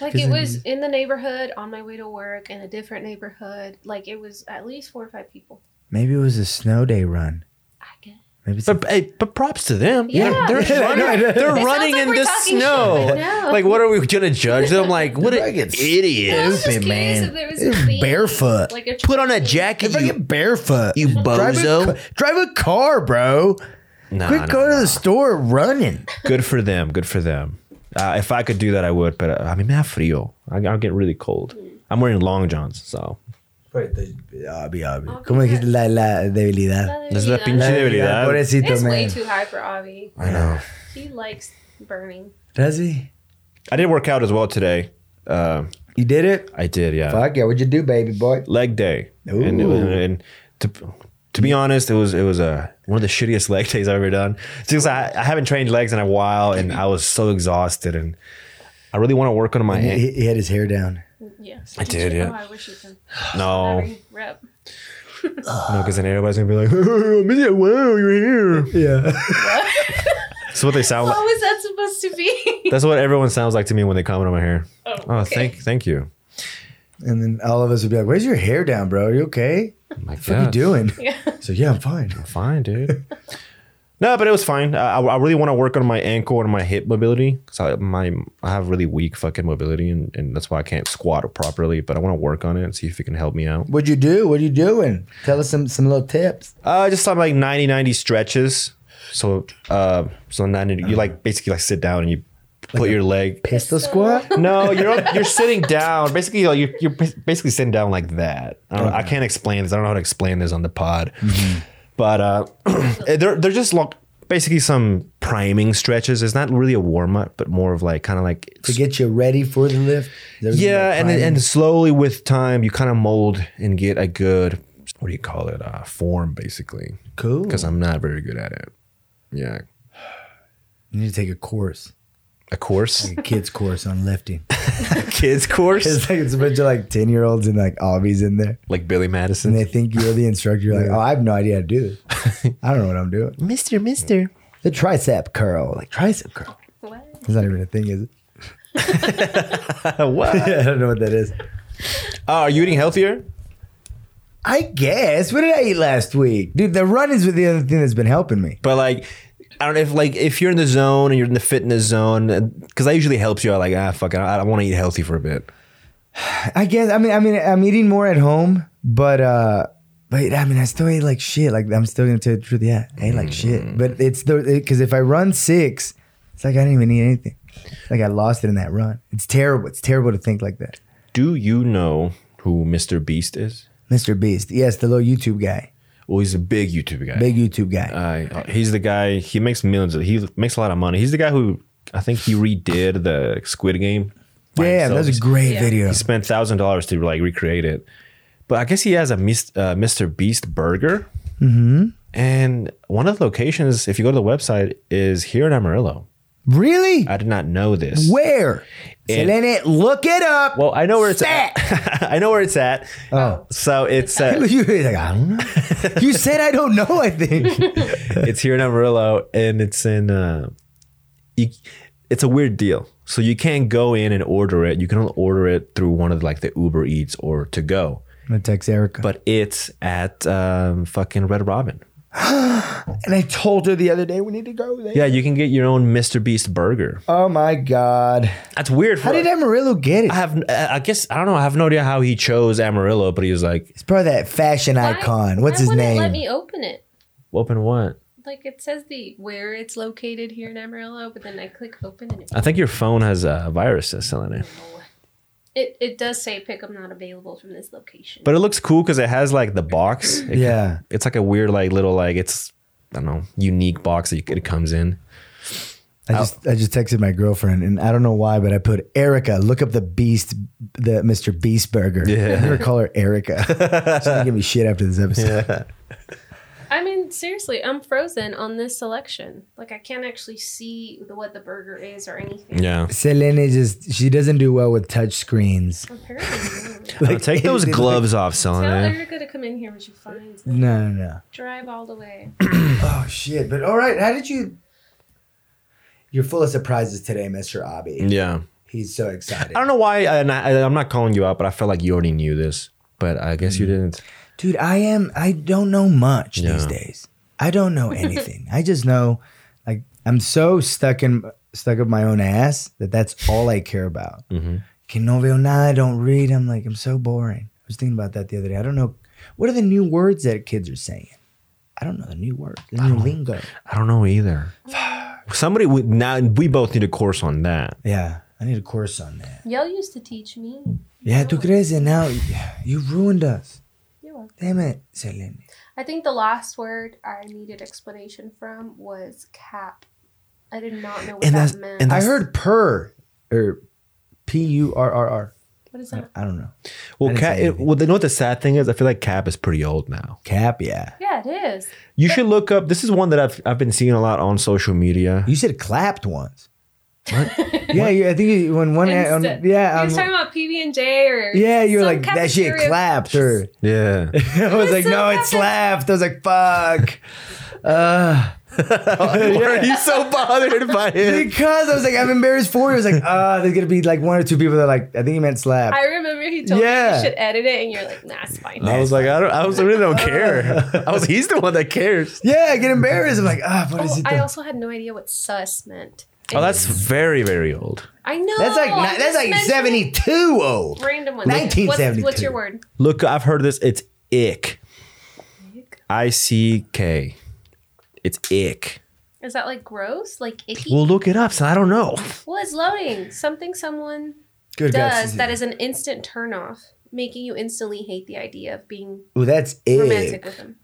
Like 'Cause it it was in the neighborhood on my way to work in a different neighborhood. Like it was at least four or five people. Maybe it was a snow day run. I guess. Maybe it's But hey, but props to them. Yeah. Yeah, they're I running, they're It sounds running like in we're the talking snow. shit. I know. Like, what are we gonna judge them? Like, what an I idiot! was just Stupid, curious man. if there was It's a thing, barefoot. Like a Put on a training- jacket, if I you. get barefoot, You drive bozo. A, ca- drive a car, bro. Nah, Quit nah, going to nah. the store running. Good for them. Good for them. Uh, if I could do that, I would. But uh, I mean, me da frío. I, I'll get really cold. I'm wearing long johns, so Abi, abi. Obvi, Como dijiste yes. la, la debilidad. Leather There's that jacket. pinche- Debilidad. Pobrecito, It's way man. too high for Avi. I know. He likes burning. Does he? I did work out as well today. Um You did it? I did, yeah. Fuck yeah. What'd you do, baby boy? Leg day, and, Ooh. and to to be honest, it was it was uh, one of the shittiest leg days I've ever done. Since I, I haven't trained legs in a while, and I was so exhausted, and I really want to work on my. He, he had his hair down. Yes. I did, yeah. Oh. Oh, I wish you could. no, Every rep. no, because then everybody's gonna be like, "Amelia, "Wow, you're here." Yeah. That's what they sound What like. was that supposed to be? That's what everyone sounds like to me when they comment on my hair. Oh, Oh, okay. thank, thank you. And then all of us would be like, Where's your hair down, bro? Are you okay? I'm like, What are you "Yeah, doing? Yeah. So, yeah, I'm fine. fine, dude. no, but it was fine. I, I really want to work on my ankle and my hip mobility because I my I have really weak fucking mobility and, and that's why I can't squat properly. But I want to work on it and see if it can help me out. What'd you do? What are you doing? Tell us some some little tips. Uh, just some like 90 90 stretches. So uh, so 90 you like basically like sit down and you put your leg. Pistol squat? No, you're on- you're sitting down. Basically, like, you're you're bas- basically sitting down like that. I, don't, I can't explain this. I don't know how to explain this on the pod, but uh, they're they're just like basically some priming stretches. It's not really a warm up, but more of like kind of like To get you ready for the lift. There's yeah, like and then- climbing. and slowly with time, you kind of mold and get a good what do you call it uh, form basically. cool. Because I'm not very good at it. Yeah, You need to take a course, a course, a kids course on lifting. kids course, It's like it's a bunch of like ten year olds and like obbies in there, like Billy and they Madison. think you're the instructor. You're like, oh, I have no idea how to do this. I don't know what I'm doing. Mister, Mister. The tricep curl, like tricep curl. Wow. It's not even a thing, is it? what? Oh, I don't know what that is. are you eating healthier? I guess. What did I eat last week? Dude, the run is the other thing that's been helping me. But like, I don't know if like if you're in the zone and you're in the fitness zone, because that usually helps you out. Like, ah, fuck it, I, I want to eat healthy for a bit. I guess I mean I mean I'm eating more at home, but uh but I mean I still ate like shit. Like I'm still gonna tell you the truth. Yeah, I ate like Mm. shit. But it's the because if I run six, it's like I didn't even eat anything. Like I lost it in that run. It's terrible. It's terrible to think like that. Do you know who Mr. Beast is? Mr. Beast, yes, the little YouTube guy, Well, he's a big YouTube guy. big YouTube guy. Uh, he's the guy. He makes millions. Of, he makes a lot of money. He's the guy who I think he redid the Squid Game. by yeah, that himself. was a great Yeah. video. He spent thousand dollars to like recreate it, but I guess he has a Mis- uh, Mr. Beast burger. Mm-hmm. And one of the locations, if you go to the website, is here in Amarillo. Really? I did not know this. Where? And- Selene, look it up. Well, I know where it's Stat! at. I know where it's at. Oh. So it's uh, you were like, I don't know. you said I don't know. I think. it's here in Amarillo, and it's in. Uh, you, it's a weird deal. So you can't go in and order it. You can only order it through one of like the Uber Eats or to go. I'm gonna text Erica. But it's at um, fucking Red Robin. and I told her the other day we need to go there. Yeah, you can get your own Mr. Beast burger. Oh my god. That's weird. For, How did Amarillo get it? I have? uh, I guess I don't know. I have no idea how he chose Amarillo, but he was like, It's probably that fashion icon. What's his wouldn't it name? Let me open it. "Open what?" Like it says the where it's located here in Amarillo, but then I click open and it I think your phone has a virus, Selene. it, it does say pickup not available from this location. But it looks cool because it has like the box. It- yeah. it's like a weird, like little, like it's I don't know, unique box that you, it comes in. I just I just texted my girlfriend and I don't know why, but I put Erica, look up the beast the Mr. Beast burger. Yeah. I'm gonna call her Erica. She's gonna give me shit after this episode. I mean, seriously, I'm frozen on this selection. Like I can't actually see the, what the burger is or anything. Yeah, Selene just she doesn't do well with touch screens. Apparently, no. Uh, take those gloves off, eh? Tell Selene. her to come in here when she finds them. No, no, no. Drive all the way. Oh shit. But all right, how did you You're full of surprises today, Mr. Abby. Yeah, He's so excited. I don't know why, and I, I, I'm not calling you out, but I felt like you already knew this, but I guess you didn't. Dude, I am. I don't know much these Yeah. days. I don't know anything. I just know, like, I'm so stuck in stuck up my own ass that that's all I care about. Que no veo nada. I don't read. I'm like, I'm so boring. I was thinking about that the other day. I don't know what are the new words that kids are saying. I don't know the new words, the new lingo. I don't know either. Somebody would now. We both need a course on that. Yeah, I need a course on that. Yell used to teach me. Yeah, tu crees? And now you ruined us. You're welcome. Damn it, Selene. I think the last word I needed explanation from was cap. I did not know what And that that's- meant. and I that's- heard purr or p u r r r. what is that? I don't know. I Well, didn't Cap. say It, anything. well, you know what the sad thing is? I feel like Cap is pretty old now. Cap, yeah. Yeah, it is. You should look up. This is one that I've I've been seeing a lot on social media. You said clapped once. What? yeah, you, I think you, when one, on, Insta- yeah, he was on- talking about PB and J or yeah, you were some like kind that of shit cereal. clapped, or Yeah. I was like, so no, it's fucking- slapped. I was like, fuck, Why are you so bothered by it? because I was like, I'm embarrassed for you. I was like, ah, there's gonna be like one or two people that are like, I think you meant slap. I remember he told me Yeah. you should edit it, and you're like, nah, it's fine. I was like, I don't. I was I really don't care. I was. He's the one that cares. yeah, I get embarrassed. I'm like, ah, what is Oh, it? I though? also had no idea what sus meant. Oh, that's very very old. I know. that's like I'm ni- that's just like oh. mentioning 72 old. Random ones. What's- 1972. What's your word? Look, I've heard this. It's ick. I C K. It's ick. Is that like gross? Like icky? Well, look it up. So I don't know. Well, it's loading. Something someone Good does guys. that is an instant turnoff, making you instantly hate the idea of being Ooh, that's romantic it. with them.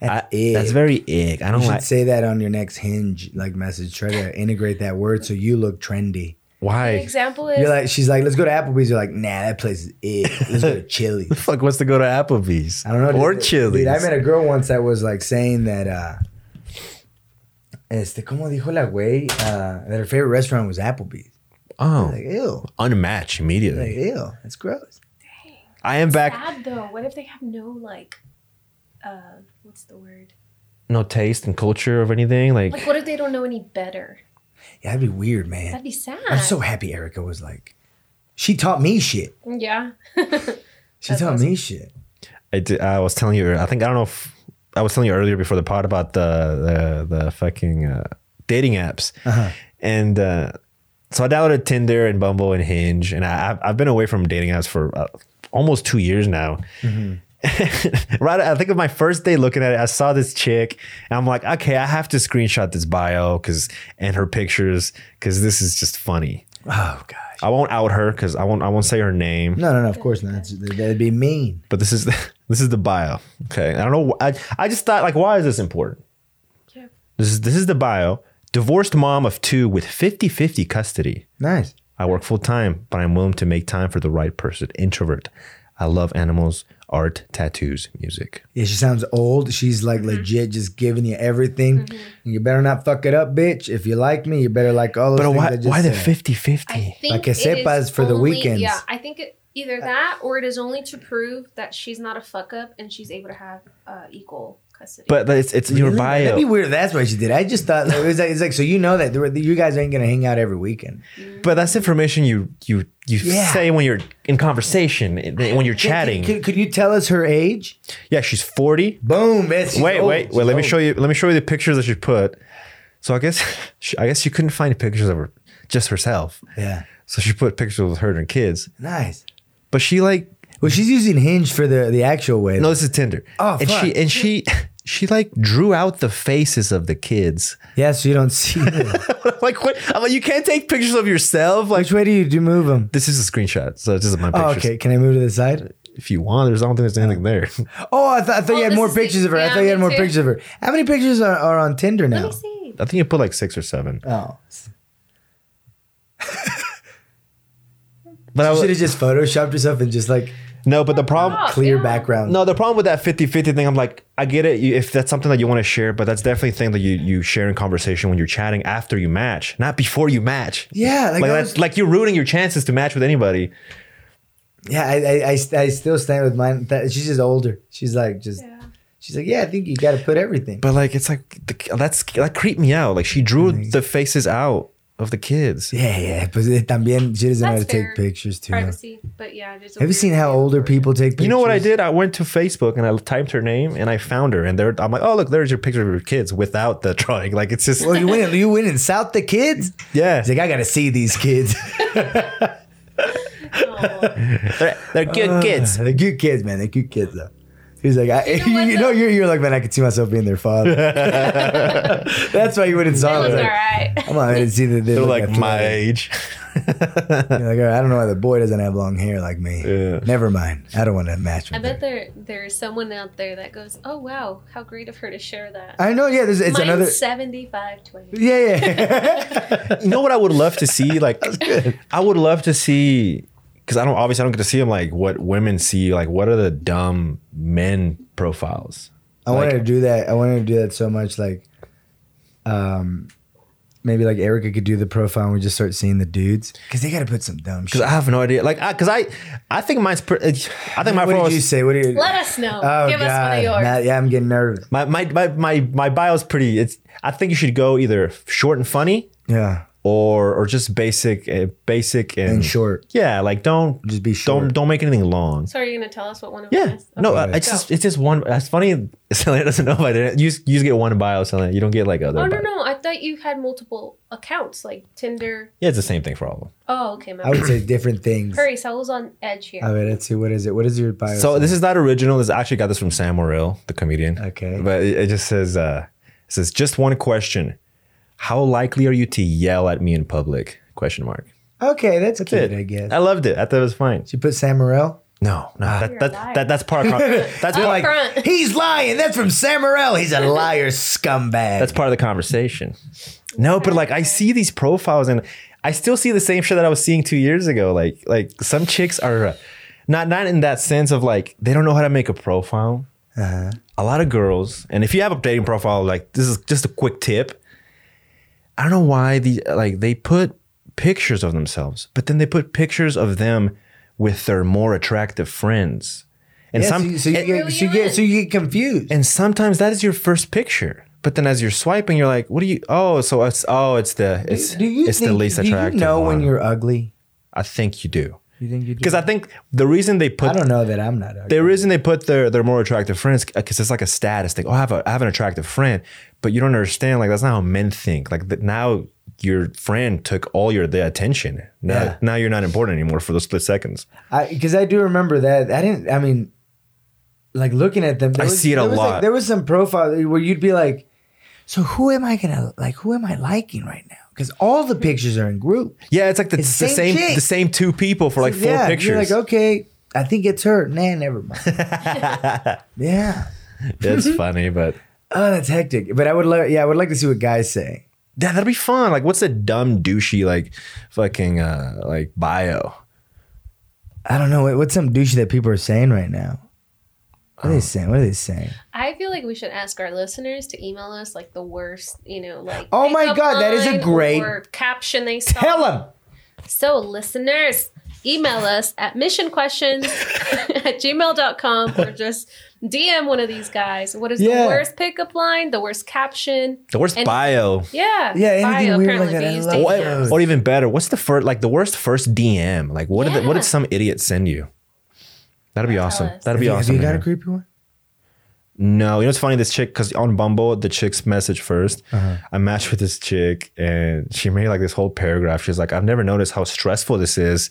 That's I- it. That's very ick. I You don't should like. say that on your next hinge like message. Try to integrate that word so you look trendy. An Why? example is You're like, she's like, let's go to Applebee's. You're like, nah, that place is it. Let's go to Chili's. Fuck wants to go to Applebee's. I don't know. Or dude. Chili's. Dude, I met a girl once that was like saying that, uh, este, como dijo la güey, uh, that her favorite restaurant was Applebee's. oh, Like, ew. unmatched Like, immediately. ew. That's gross. I am back. sad though. What if they have no like, uh, what's the word? No taste and culture of anything. Like, Like, what if they don't know any better? Yeah, that'd be weird, man. That'd be sad. I'm so happy Erica was like, she taught me shit. yeah. She That's taught awesome. me shit. I, did, I was telling you, I think I don't know if I was telling you earlier before the pod about the the, the fucking uh, dating apps, and uh, so I downloaded Tinder and Bumble and Hinge, and I, I've, I've been away from dating apps for uh, almost two years now. right, I think of my first day looking at it, I saw this chick, and I'm like, okay, I have to screenshot this bio because and her pictures because this is just funny. Oh gosh. I won't out her because I won't I won't say her name. No, no, no. Of course not. That's- That'd be mean. but this is this is the bio. Okay, I don't know. I I just thought like, why is this important? Yeah. This is this is the bio. Divorced mom of two with 50-50 custody. Nice. I work full time, but I'm willing to make time for the right person. Introvert. I love animals, art, tattoos, music. Yeah, she sounds old. She's like legit, just giving you everything. And you better not fuck it up, bitch. If you like me, you better like all those But things why I just why the said. 50-50? I think Like a it sepa is is for the only- weekends. Uh, Yeah, I think it, either that or it is only to prove that she's not a fuck up and she's able to have uh, equal custody. but but it's it's in your Really? bio. That'd be weird. if That's what she did. I just thought like, it was like, it's like so you know that there were- you guys ain't gonna hang out every weekend. but that's information you you you Yeah. say when you're in conversation, when you're chatting. Could, could you tell us her age? yeah, she's 40. Boom. That's wait, wait, wait. oh. Let me show you. Let me show you the pictures that she put. So I guess, she, I guess she couldn't find pictures of her, just herself. Yeah. So she put pictures of her and her kids. Nice. But she like, Well, she's using Hinge for the the actual way. no, this is Tinder. Oh, and she fuck. and she, she like drew out the faces of the kids. yeah, so you don't see. Them. like what? I'm like, you can't take pictures of yourself. Like Which way do you do move them? this is a screenshot. So this is my Oh, pictures. okay. Can I move to the side? If you want, there's I don't think there's anything there. Oh, I, thought I thought Oh, you had this more is the- pictures of her. I yeah, thought you had me more too. pictures of her. How many pictures are, are on Tinder Let now? me see. I think you put like six or seven. Oh, But I you should was, have just photoshopped yourself and just like no, but the problem. Oh, clear yeah. background. No, the problem with that 50-50 thing, I'm like, I get it you, if that's something that you want to share, but that's definitely a thing that you you share in conversation when you're chatting after you match, not before you match. Yeah, like, like, I that's was- like you're ruining your chances to match with anybody. yeah, I, I, I, I still stand with mine. That, she's just older. She's like just. Yeah. She's like, yeah, I think you got to put everything. But like, it's like the, that's that creeped me out. Like she drew the faces out of the kids. Yeah, yeah. But it, también, she doesn't know how to That's take fair. pictures too. Privacy, but yeah. There's a Have you weird seen how way of older wording it. people take pictures? You know what I did? I went to Facebook and I typed her name and I found her. And there, I'm like, oh look, there's your picture of your kids without the drawing. Like it's just Well, you went, you went and south the kids. yeah, He's like, I got to see these kids. Oh. they're, they're good kids. They're cute Uh, kids, man. They're cute kids though. He's like, I, You know what, you know, though? you're, you're like, man, I could see myself being their father. That's why you wouldn't It saw was them. all Like, right. Come on, I didn't see that. They're like my age. You're like, "All right, I don't know why the boy doesn't have long hair like me. Yeah. Never mind. I don't want to match with I bet her. there there is someone out there that goes, "Oh wow, how great of her to share that." I know. Yeah, there's, it's Mine's another. seventy-five twenty. Yeah, yeah. you know what I would love to see? Like, I would love to see because I don't obviously I don't get to see them like what women see. Like, what are the dumb men profiles? I wanted to do that. I wanted to do that so much. Like, um, maybe like Erica could do the profile, and we just start seeing the dudes because they got to put some dumb shit. Because I have no idea. Like, because I, I think mine's pretty. I think my what profile did you is, say? What do you? Let us know. Oh Give God! us one of yours. Now- yeah, I'm getting nervous. my my my my my bio is pretty. It's I think you should go either short and funny Yeah, or or just basic uh, basic and, and short. Yeah, like don't Just be short. Don't don't make anything long. so are you going to tell us what one of Yeah. them is? No, Okay. uh, it's Go. just it's just one. That's funny. Selena doesn't know about it. You just- you just get one bio, Selena. You don't get like other. Oh no bios. no! I thought you had multiple accounts like Tinder. Yeah, it's the same thing for all of them. Oh okay, my I would say different things. Hurry, Saul's on edge here. All right, let's see. What is it? What is your bio? So say? this is not original. This I actually got this from Sam Morrill, the comedian. Okay. But it, it just says uh it says just one question. How likely are you to yell at me in public? Question mark. okay, that's, good. It. cute. I guess. I loved it. I thought it was fine. She put Sam Morril. No, Oh. no. You're That, a that, liar. that that's part of that's part, Like front. he's lying. That's from Sam Morril. He's a liar, scumbag. that's part of the conversation. No, but like I see these profiles and I still see the same shit that I was seeing 2 years ago. Like like some chicks are uh, not not in that sense of like they don't know how to make a profile. uh-huh. a lot of girls, and if you have a dating profile, like this is just a quick tip. I don't know why the like they put pictures of themselves, but then they put pictures of them with their more attractive friends, and Yeah, some so, you- so you and, get, so you get so you get confused. and sometimes that is your first picture. But then as you're swiping, you're like, what do you? Oh, so it's oh, it's the it's it's the least do you attractive. know when one. you're ugly? I think you do You think you do? because I think the reason they put I don't know that I'm not ugly. the reason they put their their more attractive friends because it's like a status thing. Oh, I have a I have an attractive friend, but you don't understand. Like that's not how men think. Like that now your friend took all your the attention. Now Yeah. now you're not important anymore for those split seconds. because I, do remember that. I didn't. I mean, like looking at them, there I see it there a was, lot. Like, there was some profile where you'd be like, "So who am I gonna like? Who am I liking right now?" Because all the pictures are in group. Yeah, it's like the, It's the same same chick. the same two people for like So, four yeah, You're pictures. like, oh. okay, I think it's her. Nah, never mind. yeah. It's funny, but Oh, that's hectic. But I would, like, yeah, I would like to see what guys say. yeah, that'd be fun. Like, what's a dumb douchey like fucking uh like bio? I don't know what- what's some douche that people are saying right now. What Oh. are they saying? What are they saying? I feel like we should ask our listeners to email us like the worst, you know, like Oh my pickup God, that is a line great- or caption they saw. Tell them. So, listeners, email us at missionquestions at gmail.com or just DM one of these guys. What is Yeah. the worst pickup line, the worst caption? The worst And- bio, Yeah. Yeah, anything bio, weird apparently, like that. they I use love dating or, those. apps. or even better, what's the first like the worst first DM? Like, what did the, what Yeah. did some idiot send you? That'd be Tell awesome. us. That'd be Have awesome. you to got a hear. creepy one? No, you know it's funny. This chick, because on Bumble, the chick's message 1st Uh-huh. I matched with this chick, and she made like this whole paragraph. She's like, "I've never noticed how stressful this is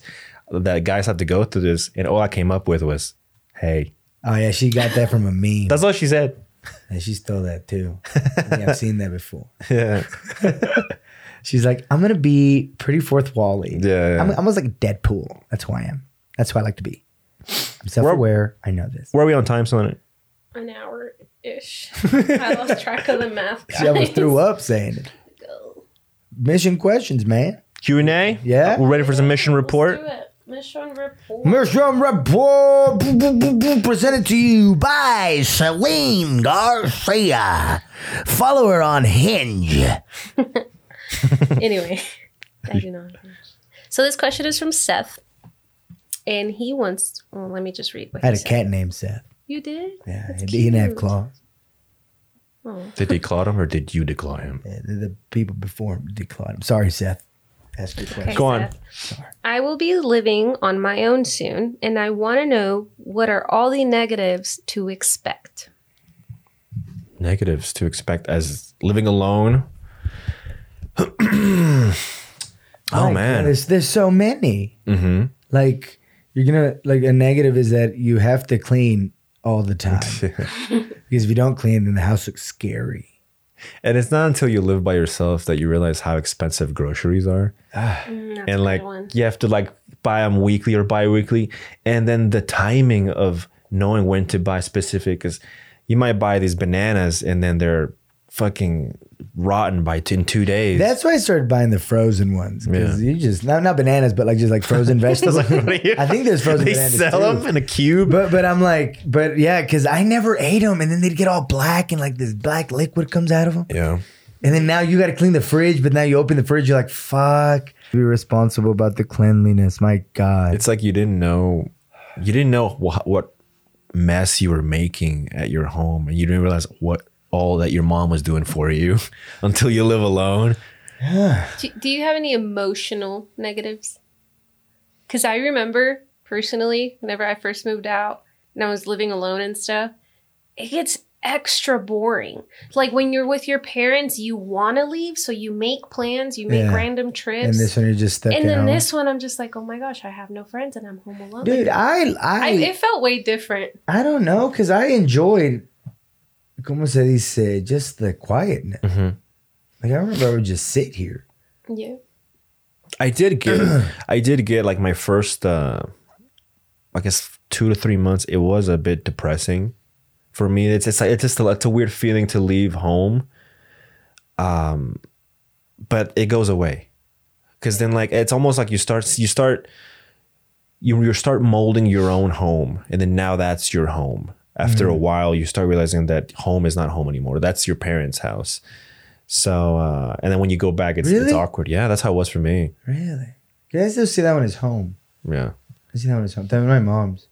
that guys have to go through this." And all I came up with was, "Hey." Oh yeah, she got that from a meme. That's all she said. and she stole that too. yeah, I've seen that before. Yeah, She's like, I'm gonna be pretty fourth wally. Yeah, yeah. I'm I'm almost like Deadpool. That's who I am. That's who I like to be. I'm self-aware. I know this. where are we on time, Sonnet? an hour ish. I lost track of the math. She almost threw up saying it. Mission questions, man. Q and A. Yeah. we're ready for some mission report. Mission Uh, report. Mission report b- b- b- b- presented to you by Celine Garcia. Follow her on Hinge. anyway, I do not. So this question is from Seth, and he wants. Well, let me just read. What I had he a said. cat named Seth. You did. Yeah, That's he didn't have cute. claws. Did they claw him or did you declaw him? Yeah, the, the people before him declined. I'm sorry, Seth. Ask your question. Okay, Go on. Seth. I will be living on my own soon, and I want to know what are all the negatives to expect. Negatives to expect as living alone. oh Like, man, Mm-hmm. there's there's so many. Like you're gonna like a negative is that you have to clean all the time because if you don't clean, then the house looks scary. and it's not until you live by yourself that you realize how expensive groceries are, and like one. you have to like buy them weekly or bi-weekly, and then the timing of knowing when to buy specific is, you might buy these bananas and then they're fucking rotten by t- in two days. That's why I started buying the frozen ones because you just not not bananas, but like just like frozen vegetables. I think there's frozen they bananas sell too. them in a cube. But but I'm like, but yeah, because I never ate them, and then they'd get all black, and like this black liquid comes out of them. yeah. And then now you got to clean the fridge, but now you open the fridge, you're like, fuck. Be responsible about the cleanliness. My God. it's like you didn't know you didn't know wh- what mess you were making at your home and you didn't realize what all that your mom was doing for you until you live alone Do, do you have any emotional negatives? Because I remember personally, whenever I first moved out and I was living alone and stuff, it gets extra boring. Like when you're with your parents, you want to leave, so you make plans, you make Yeah. random trips. and this one, you're just stuck and at then home. this one, I'm just like, oh my gosh, I have no friends and I'm home alone. Dude, I, I, I, it felt way different. I don't know, because I enjoyed, como se dice, just the quietness. Mhm. Like, I remember I would just sit here. Yeah. i did get i did get like my first uh i guess two to three months it was a bit depressing for me it's it's like it's just a, it's a weird feeling to leave home um but it goes away because then like it's almost like you start you start you, you start molding your own home and then now that's your home after a while you start realizing that home is not home anymore that's your parents house so uh and then when you go back it's, Really? it's awkward yeah that's how it was for me Really? 'Cause I still see that one as home. yeah I see that one as home. That was my mom's.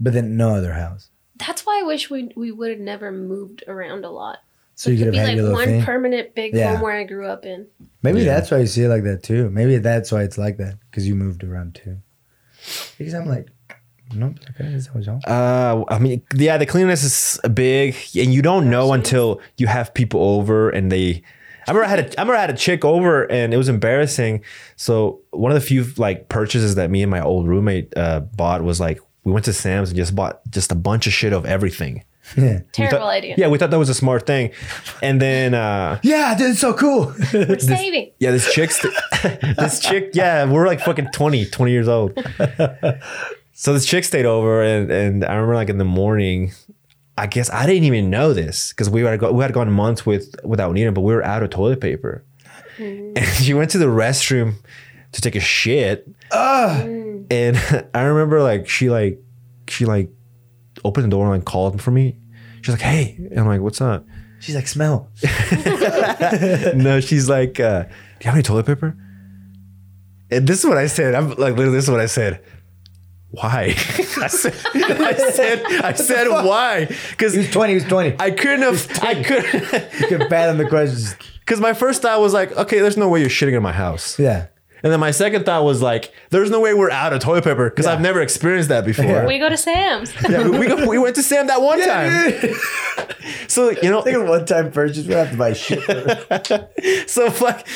But then no other house. That's why I wish we, we would have never moved around a lot. So you could have be had like your little one thing. permanent big Yeah. home where I grew up in. Maybe Yeah. that's why you see it like that too. Maybe that's why it's like that because you moved around too. Because I'm like, nope, okay, this was all. Uh, I mean, yeah, the cleanliness is big, and you don't know until you have people over, and they. I remember I had a, I remember I had a chick over, and it was embarrassing. So one of the few like purchases that me and my old roommate uh, bought was like we went to Sam's and just bought just a bunch of shit of everything. Yeah, We Terrible thought- idea. Yeah, we thought that was a smart thing, and then. uh yeah, dude, it's so cool. We're saving. yeah, this chick's this chick, yeah, we're like fucking 20, 20 years old. so this chick stayed over and and I remember like in the morning, I guess I didn't even know this because we had go, we had gone months with without needing, but we were out of toilet paper. And she went to the restroom to take a shit. And I remember like she like she like opened the door and like called for me. She's like, hey. And I'm like, what's up? She's like, smell. no, she's like, uh, do you have any toilet paper? And this is what I said. I'm like, literally, this is what I said. Why? I said, I said, I said why? He was Because twenty. He was twenty. I couldn't have, I You couldn't, could fathom the questions. because my first thought was like, okay, there's no way you're shitting in my house. Yeah, And then my second thought was like, there's no way we're out of toilet paper because I've never experienced that before. Yeah. We go to Sam's. Yeah, we, we, go- we went to Sam that one time. dude. So, you know, Take a one-time purchase. We don't have to buy shit. so like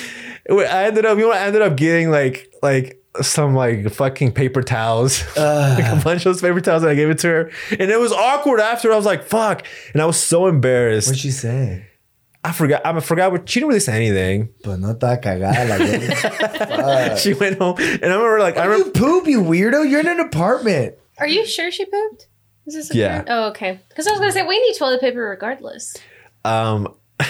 I ended up you know I ended up getting like like some like fucking paper towels like a bunch of those paper towels and I gave it to her and it was awkward after I was like fuck and I was so embarrassed What'd she say? I forgot I forgot what she didn't really say anything But no está cagada. la verga. she went home and I remember like I you remember poop, you weirdo. You're in an apartment. Are you sure she pooped? Is this a Yeah. current- Oh, okay. Because I was gonna say we need toilet paper regardless. um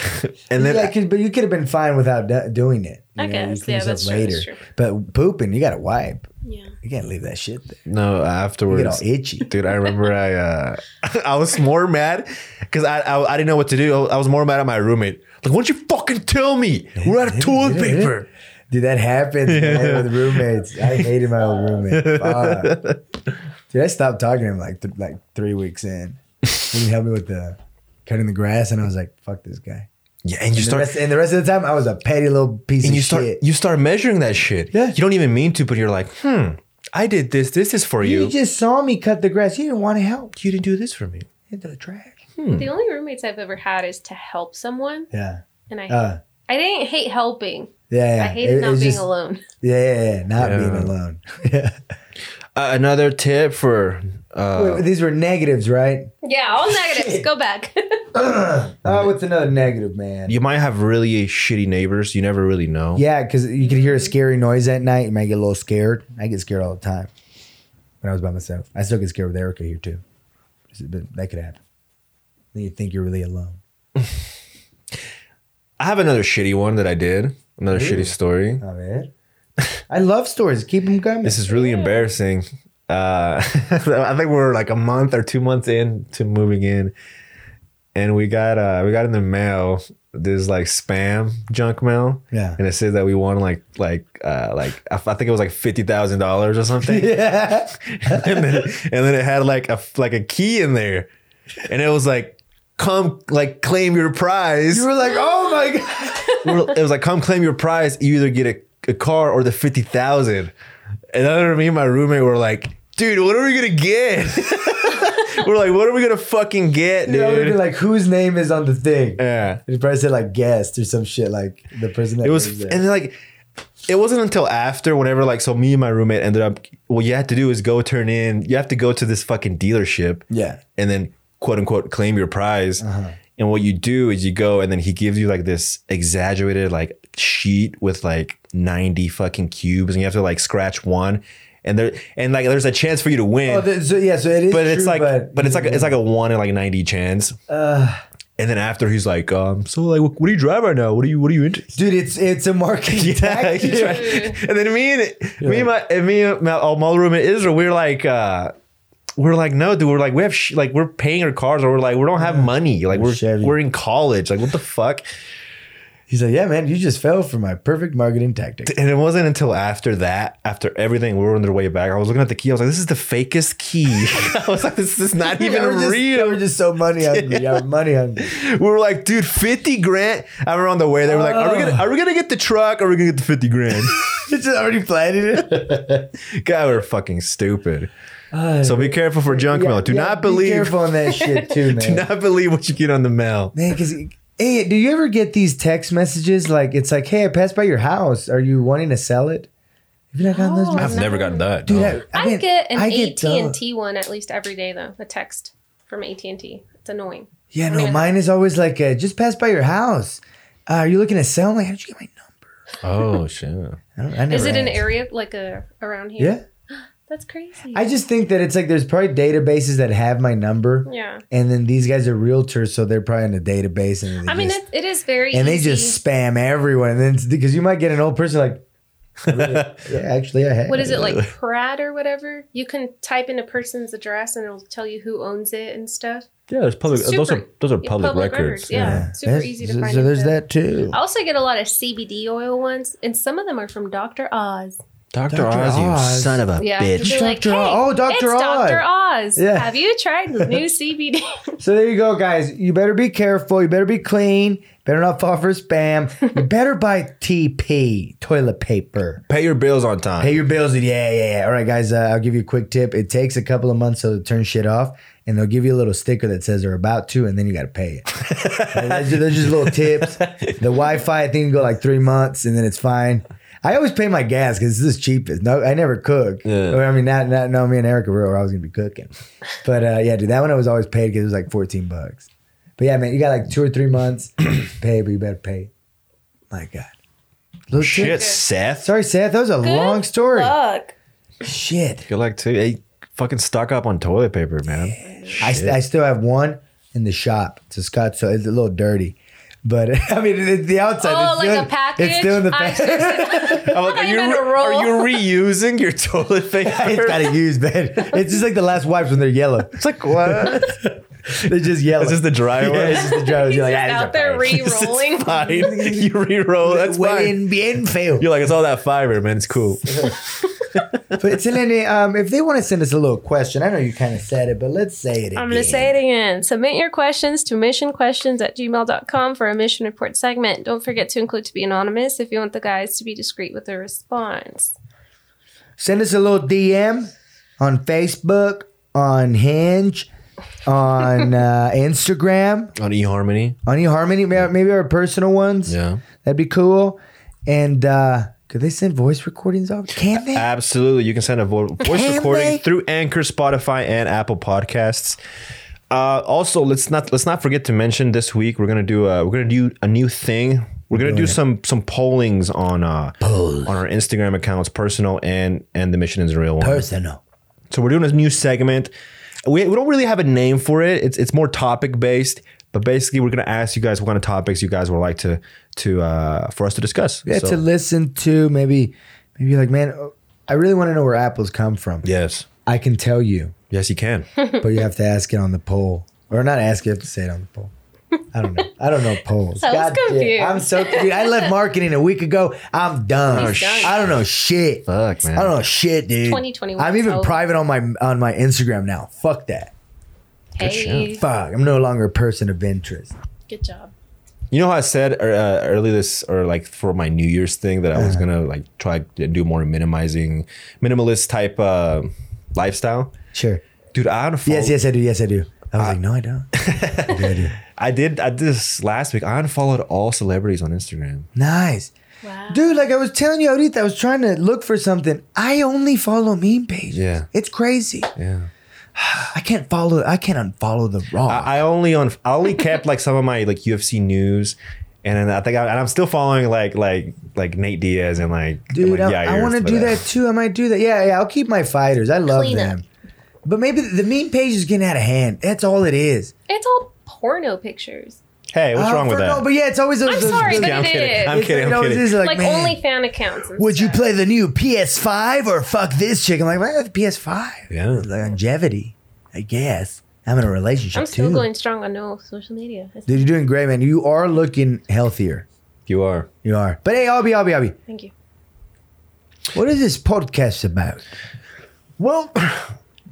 and then Yeah, 'cause- but you could have been fine without do- doing it. You I guess, you clean yeah, yourself that's true, that's true. But pooping, you got to wipe. Yeah. You can't leave that shit there. no You get all afterwards itchy. dude i remember i uh i was more mad because I, I i didn't know what to do i was more mad at my roommate like why don't you fucking tell me we're out of toilet paper Dude, that happens man, with roommates. I hated my old roommate. Fuck. Dude, I stopped talking to him like th- like three weeks in. When he helped me with the cutting the grass, and I was like, "Fuck this guy." yeah And and you the, start rest, and the rest of the time, I was a petty little piece and of you start shit. you start measuring that shit Yeah. you don't even mean to but you're like hmm i did this this is for You, you just saw me cut the grass. You didn't want to help. you didn't do this for me Into the trash. The only roommates I've ever had is to help someone, Yeah. and I Uh, I didn't hate helping. yeah, yeah. I hated It- not it's being just- alone. Yeah, yeah, yeah. Not Yeah. being alone. yeah. uh, another tip for Wait, uh wait, these were negatives, right? Yeah, all negatives. Go back. Oh, what's another negative, man? you might have really shitty neighbors you never really know Yeah, because you could hear a scary noise at night. You might get a little scared. I get scared all the time when I was by myself. I still get scared with Erica here too. But that could happen. Then you think you're really alone. i have another shitty one that i did another shitty story Oh man, I love stories. Keep them coming. This is really embarrassing. Uh, I think we're like a month or two months in to moving in, and we got uh, we got in the mail this like spam junk mail. Yeah. and it said that we won like like uh, like I, I think it was like fifty thousand dollars or something. yeah. and, then, and then it had like a like a key in there, and it was like come like claim your prize. You were like, oh my god. We're- it was like come claim your prize you either get a, a car or the 50000 and other me and my roommate were like dude what are we gonna get we're like what are we gonna fucking get Dude, I would have been dude like, whose name is on the thing? yeah It probably said like guest or some shit like the person that it was lives and there. then, like it wasn't until after whenever like so me and my roommate ended up what you have to do is go turn in you have to go to this fucking dealership yeah. and then quote unquote claim your prize. Uh-huh. And what you do is you go and then he gives you like this exaggerated like sheet with like 90 fucking cubes and you have to like scratch one and there and like there's a chance for you to win. Oh, th- so yeah, so it is. but it's true, like but, it's like it's like a one in like 90 chance. Uh. and then after he's like, um, so like what do you drive right now? What do you what are you into? dude, it's it's a marketing Yeah, tactic. he's right. and then me and me and my and me and my, all my roommate Israel, we are like uh we are like no, dude. We're like we have sh- like we're paying our cars, or we're like we don't have money. Like we're Chevy. we're in college. Like what the fuck? He's like, yeah, man, you just fell for my perfect marketing tactic. And it wasn't until after that, after everything, we were on their way back. I was looking at the key. I was like, this is the fakest key. I was like, this is not even They were just, real. They were just so money hungry. Yeah, money hungry. we were like, dude, 50 grand. I remember on the way, they were like, are we gonna are we gonna get the truck or are we gonna get the 50 grand? It's already planted it. God, we're fucking stupid. so be careful for junk mail. Do not Uh, Be believe careful on that shit too, man. do not believe what you get on the mail. Man, because hey, do you ever get these text messages? Like it's like, hey, I passed by your house. Are you wanting to sell it? Have you not gotten those? Oh, messages? I've never gotten that. Dude, no. I, I, mean, get an I uh, AT and those. T one at least every day though. A text from AT and T. It's annoying. Yeah, no, mean- mine is always like, uh, just passed by your house. Uh, are you looking to sell? I'm like, how'd you get my Oh shit. number? I don't, I Is never it an asked. area like a around here? Yeah, that's crazy. I just think that it's like there's probably databases that have my number, yeah. and then these guys are realtors, so they're probably in a database. And they I mean, just, it, it is very and they easy. just spam everyone, and then because you might get an old person like, "Really? yeah, actually, I had what is it like Pratt or whatever? You can type in a person's address and it'll tell you who owns it and stuff. yeah, there's public. Super- those are those are Yeah, public, records. Yeah, super That's- easy to so, find. Oh. So and there's stuff. that too. I also get a lot of CBD oil ones, and some of them are from Dr. Oz. Dr. Dr. Oz, you Oz. son of a Yeah, bitch. they're like, Dr. "Hey, Oh, Dr. It's Dr. Oz. Yeah. Have you tried the new CBD? So there you go, guys. You better be careful. You better be clean. Better not fall for spam. You better buy TP toilet paper. Pay your bills on time. Pay your bills. Yeah, yeah, yeah. All right, guys. Uh, I'll give you a quick tip. It takes a couple of months so to turn shit off, and they'll give you a little sticker that says they're about to, and then you got to pay it. And that's ju- They're just little tips. The Wi-Fi, I think, you go like three months, and then it's fine. I always pay my gas because this is cheapest. No, I never cook. Yeah. I mean, not, not no. Me and Erica were, or I was gonna be cooking, but uh, yeah, dude, that one I was always paid because it was like fourteen bucks. But yeah, man, you got like two or three months pay, but you better pay. My God, Little Shit, tip. Seth. Sorry, Seth. That was a long story. Look. Shit. Good luck too. Hey, fucking stock up on toilet paper, man. I, st- I still have one in the shop. It's a Scott, so it's a little dirty. But I mean, it, the outside. Oh, it's like still, a package? It's still in the I package. I'm like, are you you, meant a re- roll. are you reusing your toilet paper? it's got to use, man. It's just like the last wipes when they're yellow. it's like what? They're just yellow. Is this the dry yeah, one? it's just the dry ones. He's You're like, just ah, out there re-rolling. It's fine. You re-roll. That's fine. Waiting bien feo. You're like, it's all that fiber, man. It's cool. But Selene, um, if they want to send us a little question, I know you kind of said it, but let's say it again. I'm going to say it again. Submit your questions to missionquestions at gmail.com for a mission report segment. Don't forget to include to be anonymous if you want the guys to be discreet with their response. Send us a little DM on Facebook, on Hinge, on uh, Instagram, on eHarmony. on eHarmony, may- maybe our personal ones. Yeah. That'd be cool. And uh, could they send voice recordings off? Can they? Absolutely. You can send a vo- voice Can recording they? through Anchor, Spotify, and Apple Podcasts. Uh, also, let's not let's not forget to mention this week we're gonna do uh, we're gonna do a new thing. We're gonna do some some pollings on uh, on our Instagram accounts, personal and and the Mission is Real one. Personal. So we're doing a new segment. We, we don't really have a name for it. It's it's more topic based, but basically we're gonna ask you guys what kind of topics you guys would like to to uh, for us to discuss. Yeah, So- to listen to maybe, maybe you're like, man, oh, I really want to know where apples come from. yes, I can tell you, yes, you can. but you have to ask it on the poll, or not ask. You have to say it on the poll. I don't know. I don't know polls. I was damn, confused. I'm so confused. I left marketing a week ago. I'm done. He's done. I don't know shit. Fuck, man. I don't know shit, dude. 2021 I'm even is over. private on my on my Instagram now. Fuck that. Hey, Fuck. I'm no longer a person of interest. good job. You know how I said er, uh, early this or like for my New Year's thing that I was Uh-huh. gonna like try to do more minimizing, minimalist type uh, lifestyle. Sure. Dude, I unfollowed. Yes, yes, I do. Yes, I do. I Uh, was like, no, I don't. I do, I do. I did. I did this last week. I unfollowed all celebrities on Instagram. Nice. Wow. Dude, like I was telling you, Arita, I was trying to look for something. I only follow meme pages. Yeah. It's crazy. Yeah. I can't follow, I can't unfollow the raw. I, I only on I only kept like some of my like UFC news, and then I think I, and I'm still following like like like Nate Diaz and like Dude, like, I, Yair I want to and do stuff like that too. I might do that. Yeah, yeah, I'll keep my fighters. I love Clean up. them. But maybe the meme page is getting out of hand. That's all it is. It's all porno pictures. Hey, what's Uh, wrong with for- that? No, but yeah, it's always those. I'm those- sorry, those- but yeah, I'm it kidding. is. I'm it's like kidding. it I'm always kidding. is like, Like, man, only fan accounts. and would you stuff. play the new PS5 or fuck this chick? I'm like, well, PS5. Yeah. Like, longevity, I guess. I'm in a relationship I'm still too. going strong on no social media. It's- Dude, you're doing great, man. You are looking healthier. You are. You are. But hey, Albie, Albie, Albie, Thank you. what is this podcast about? Well,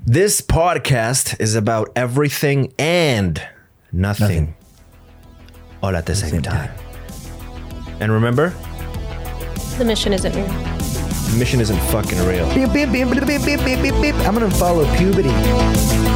this podcast is about everything and nothing, Nothing. all at the same, time. And remember, The mission isn't real. the mission isn't fucking real. Beep, beep, beep, beep, beep, beep, beep, beep. I'm going to follow puberty.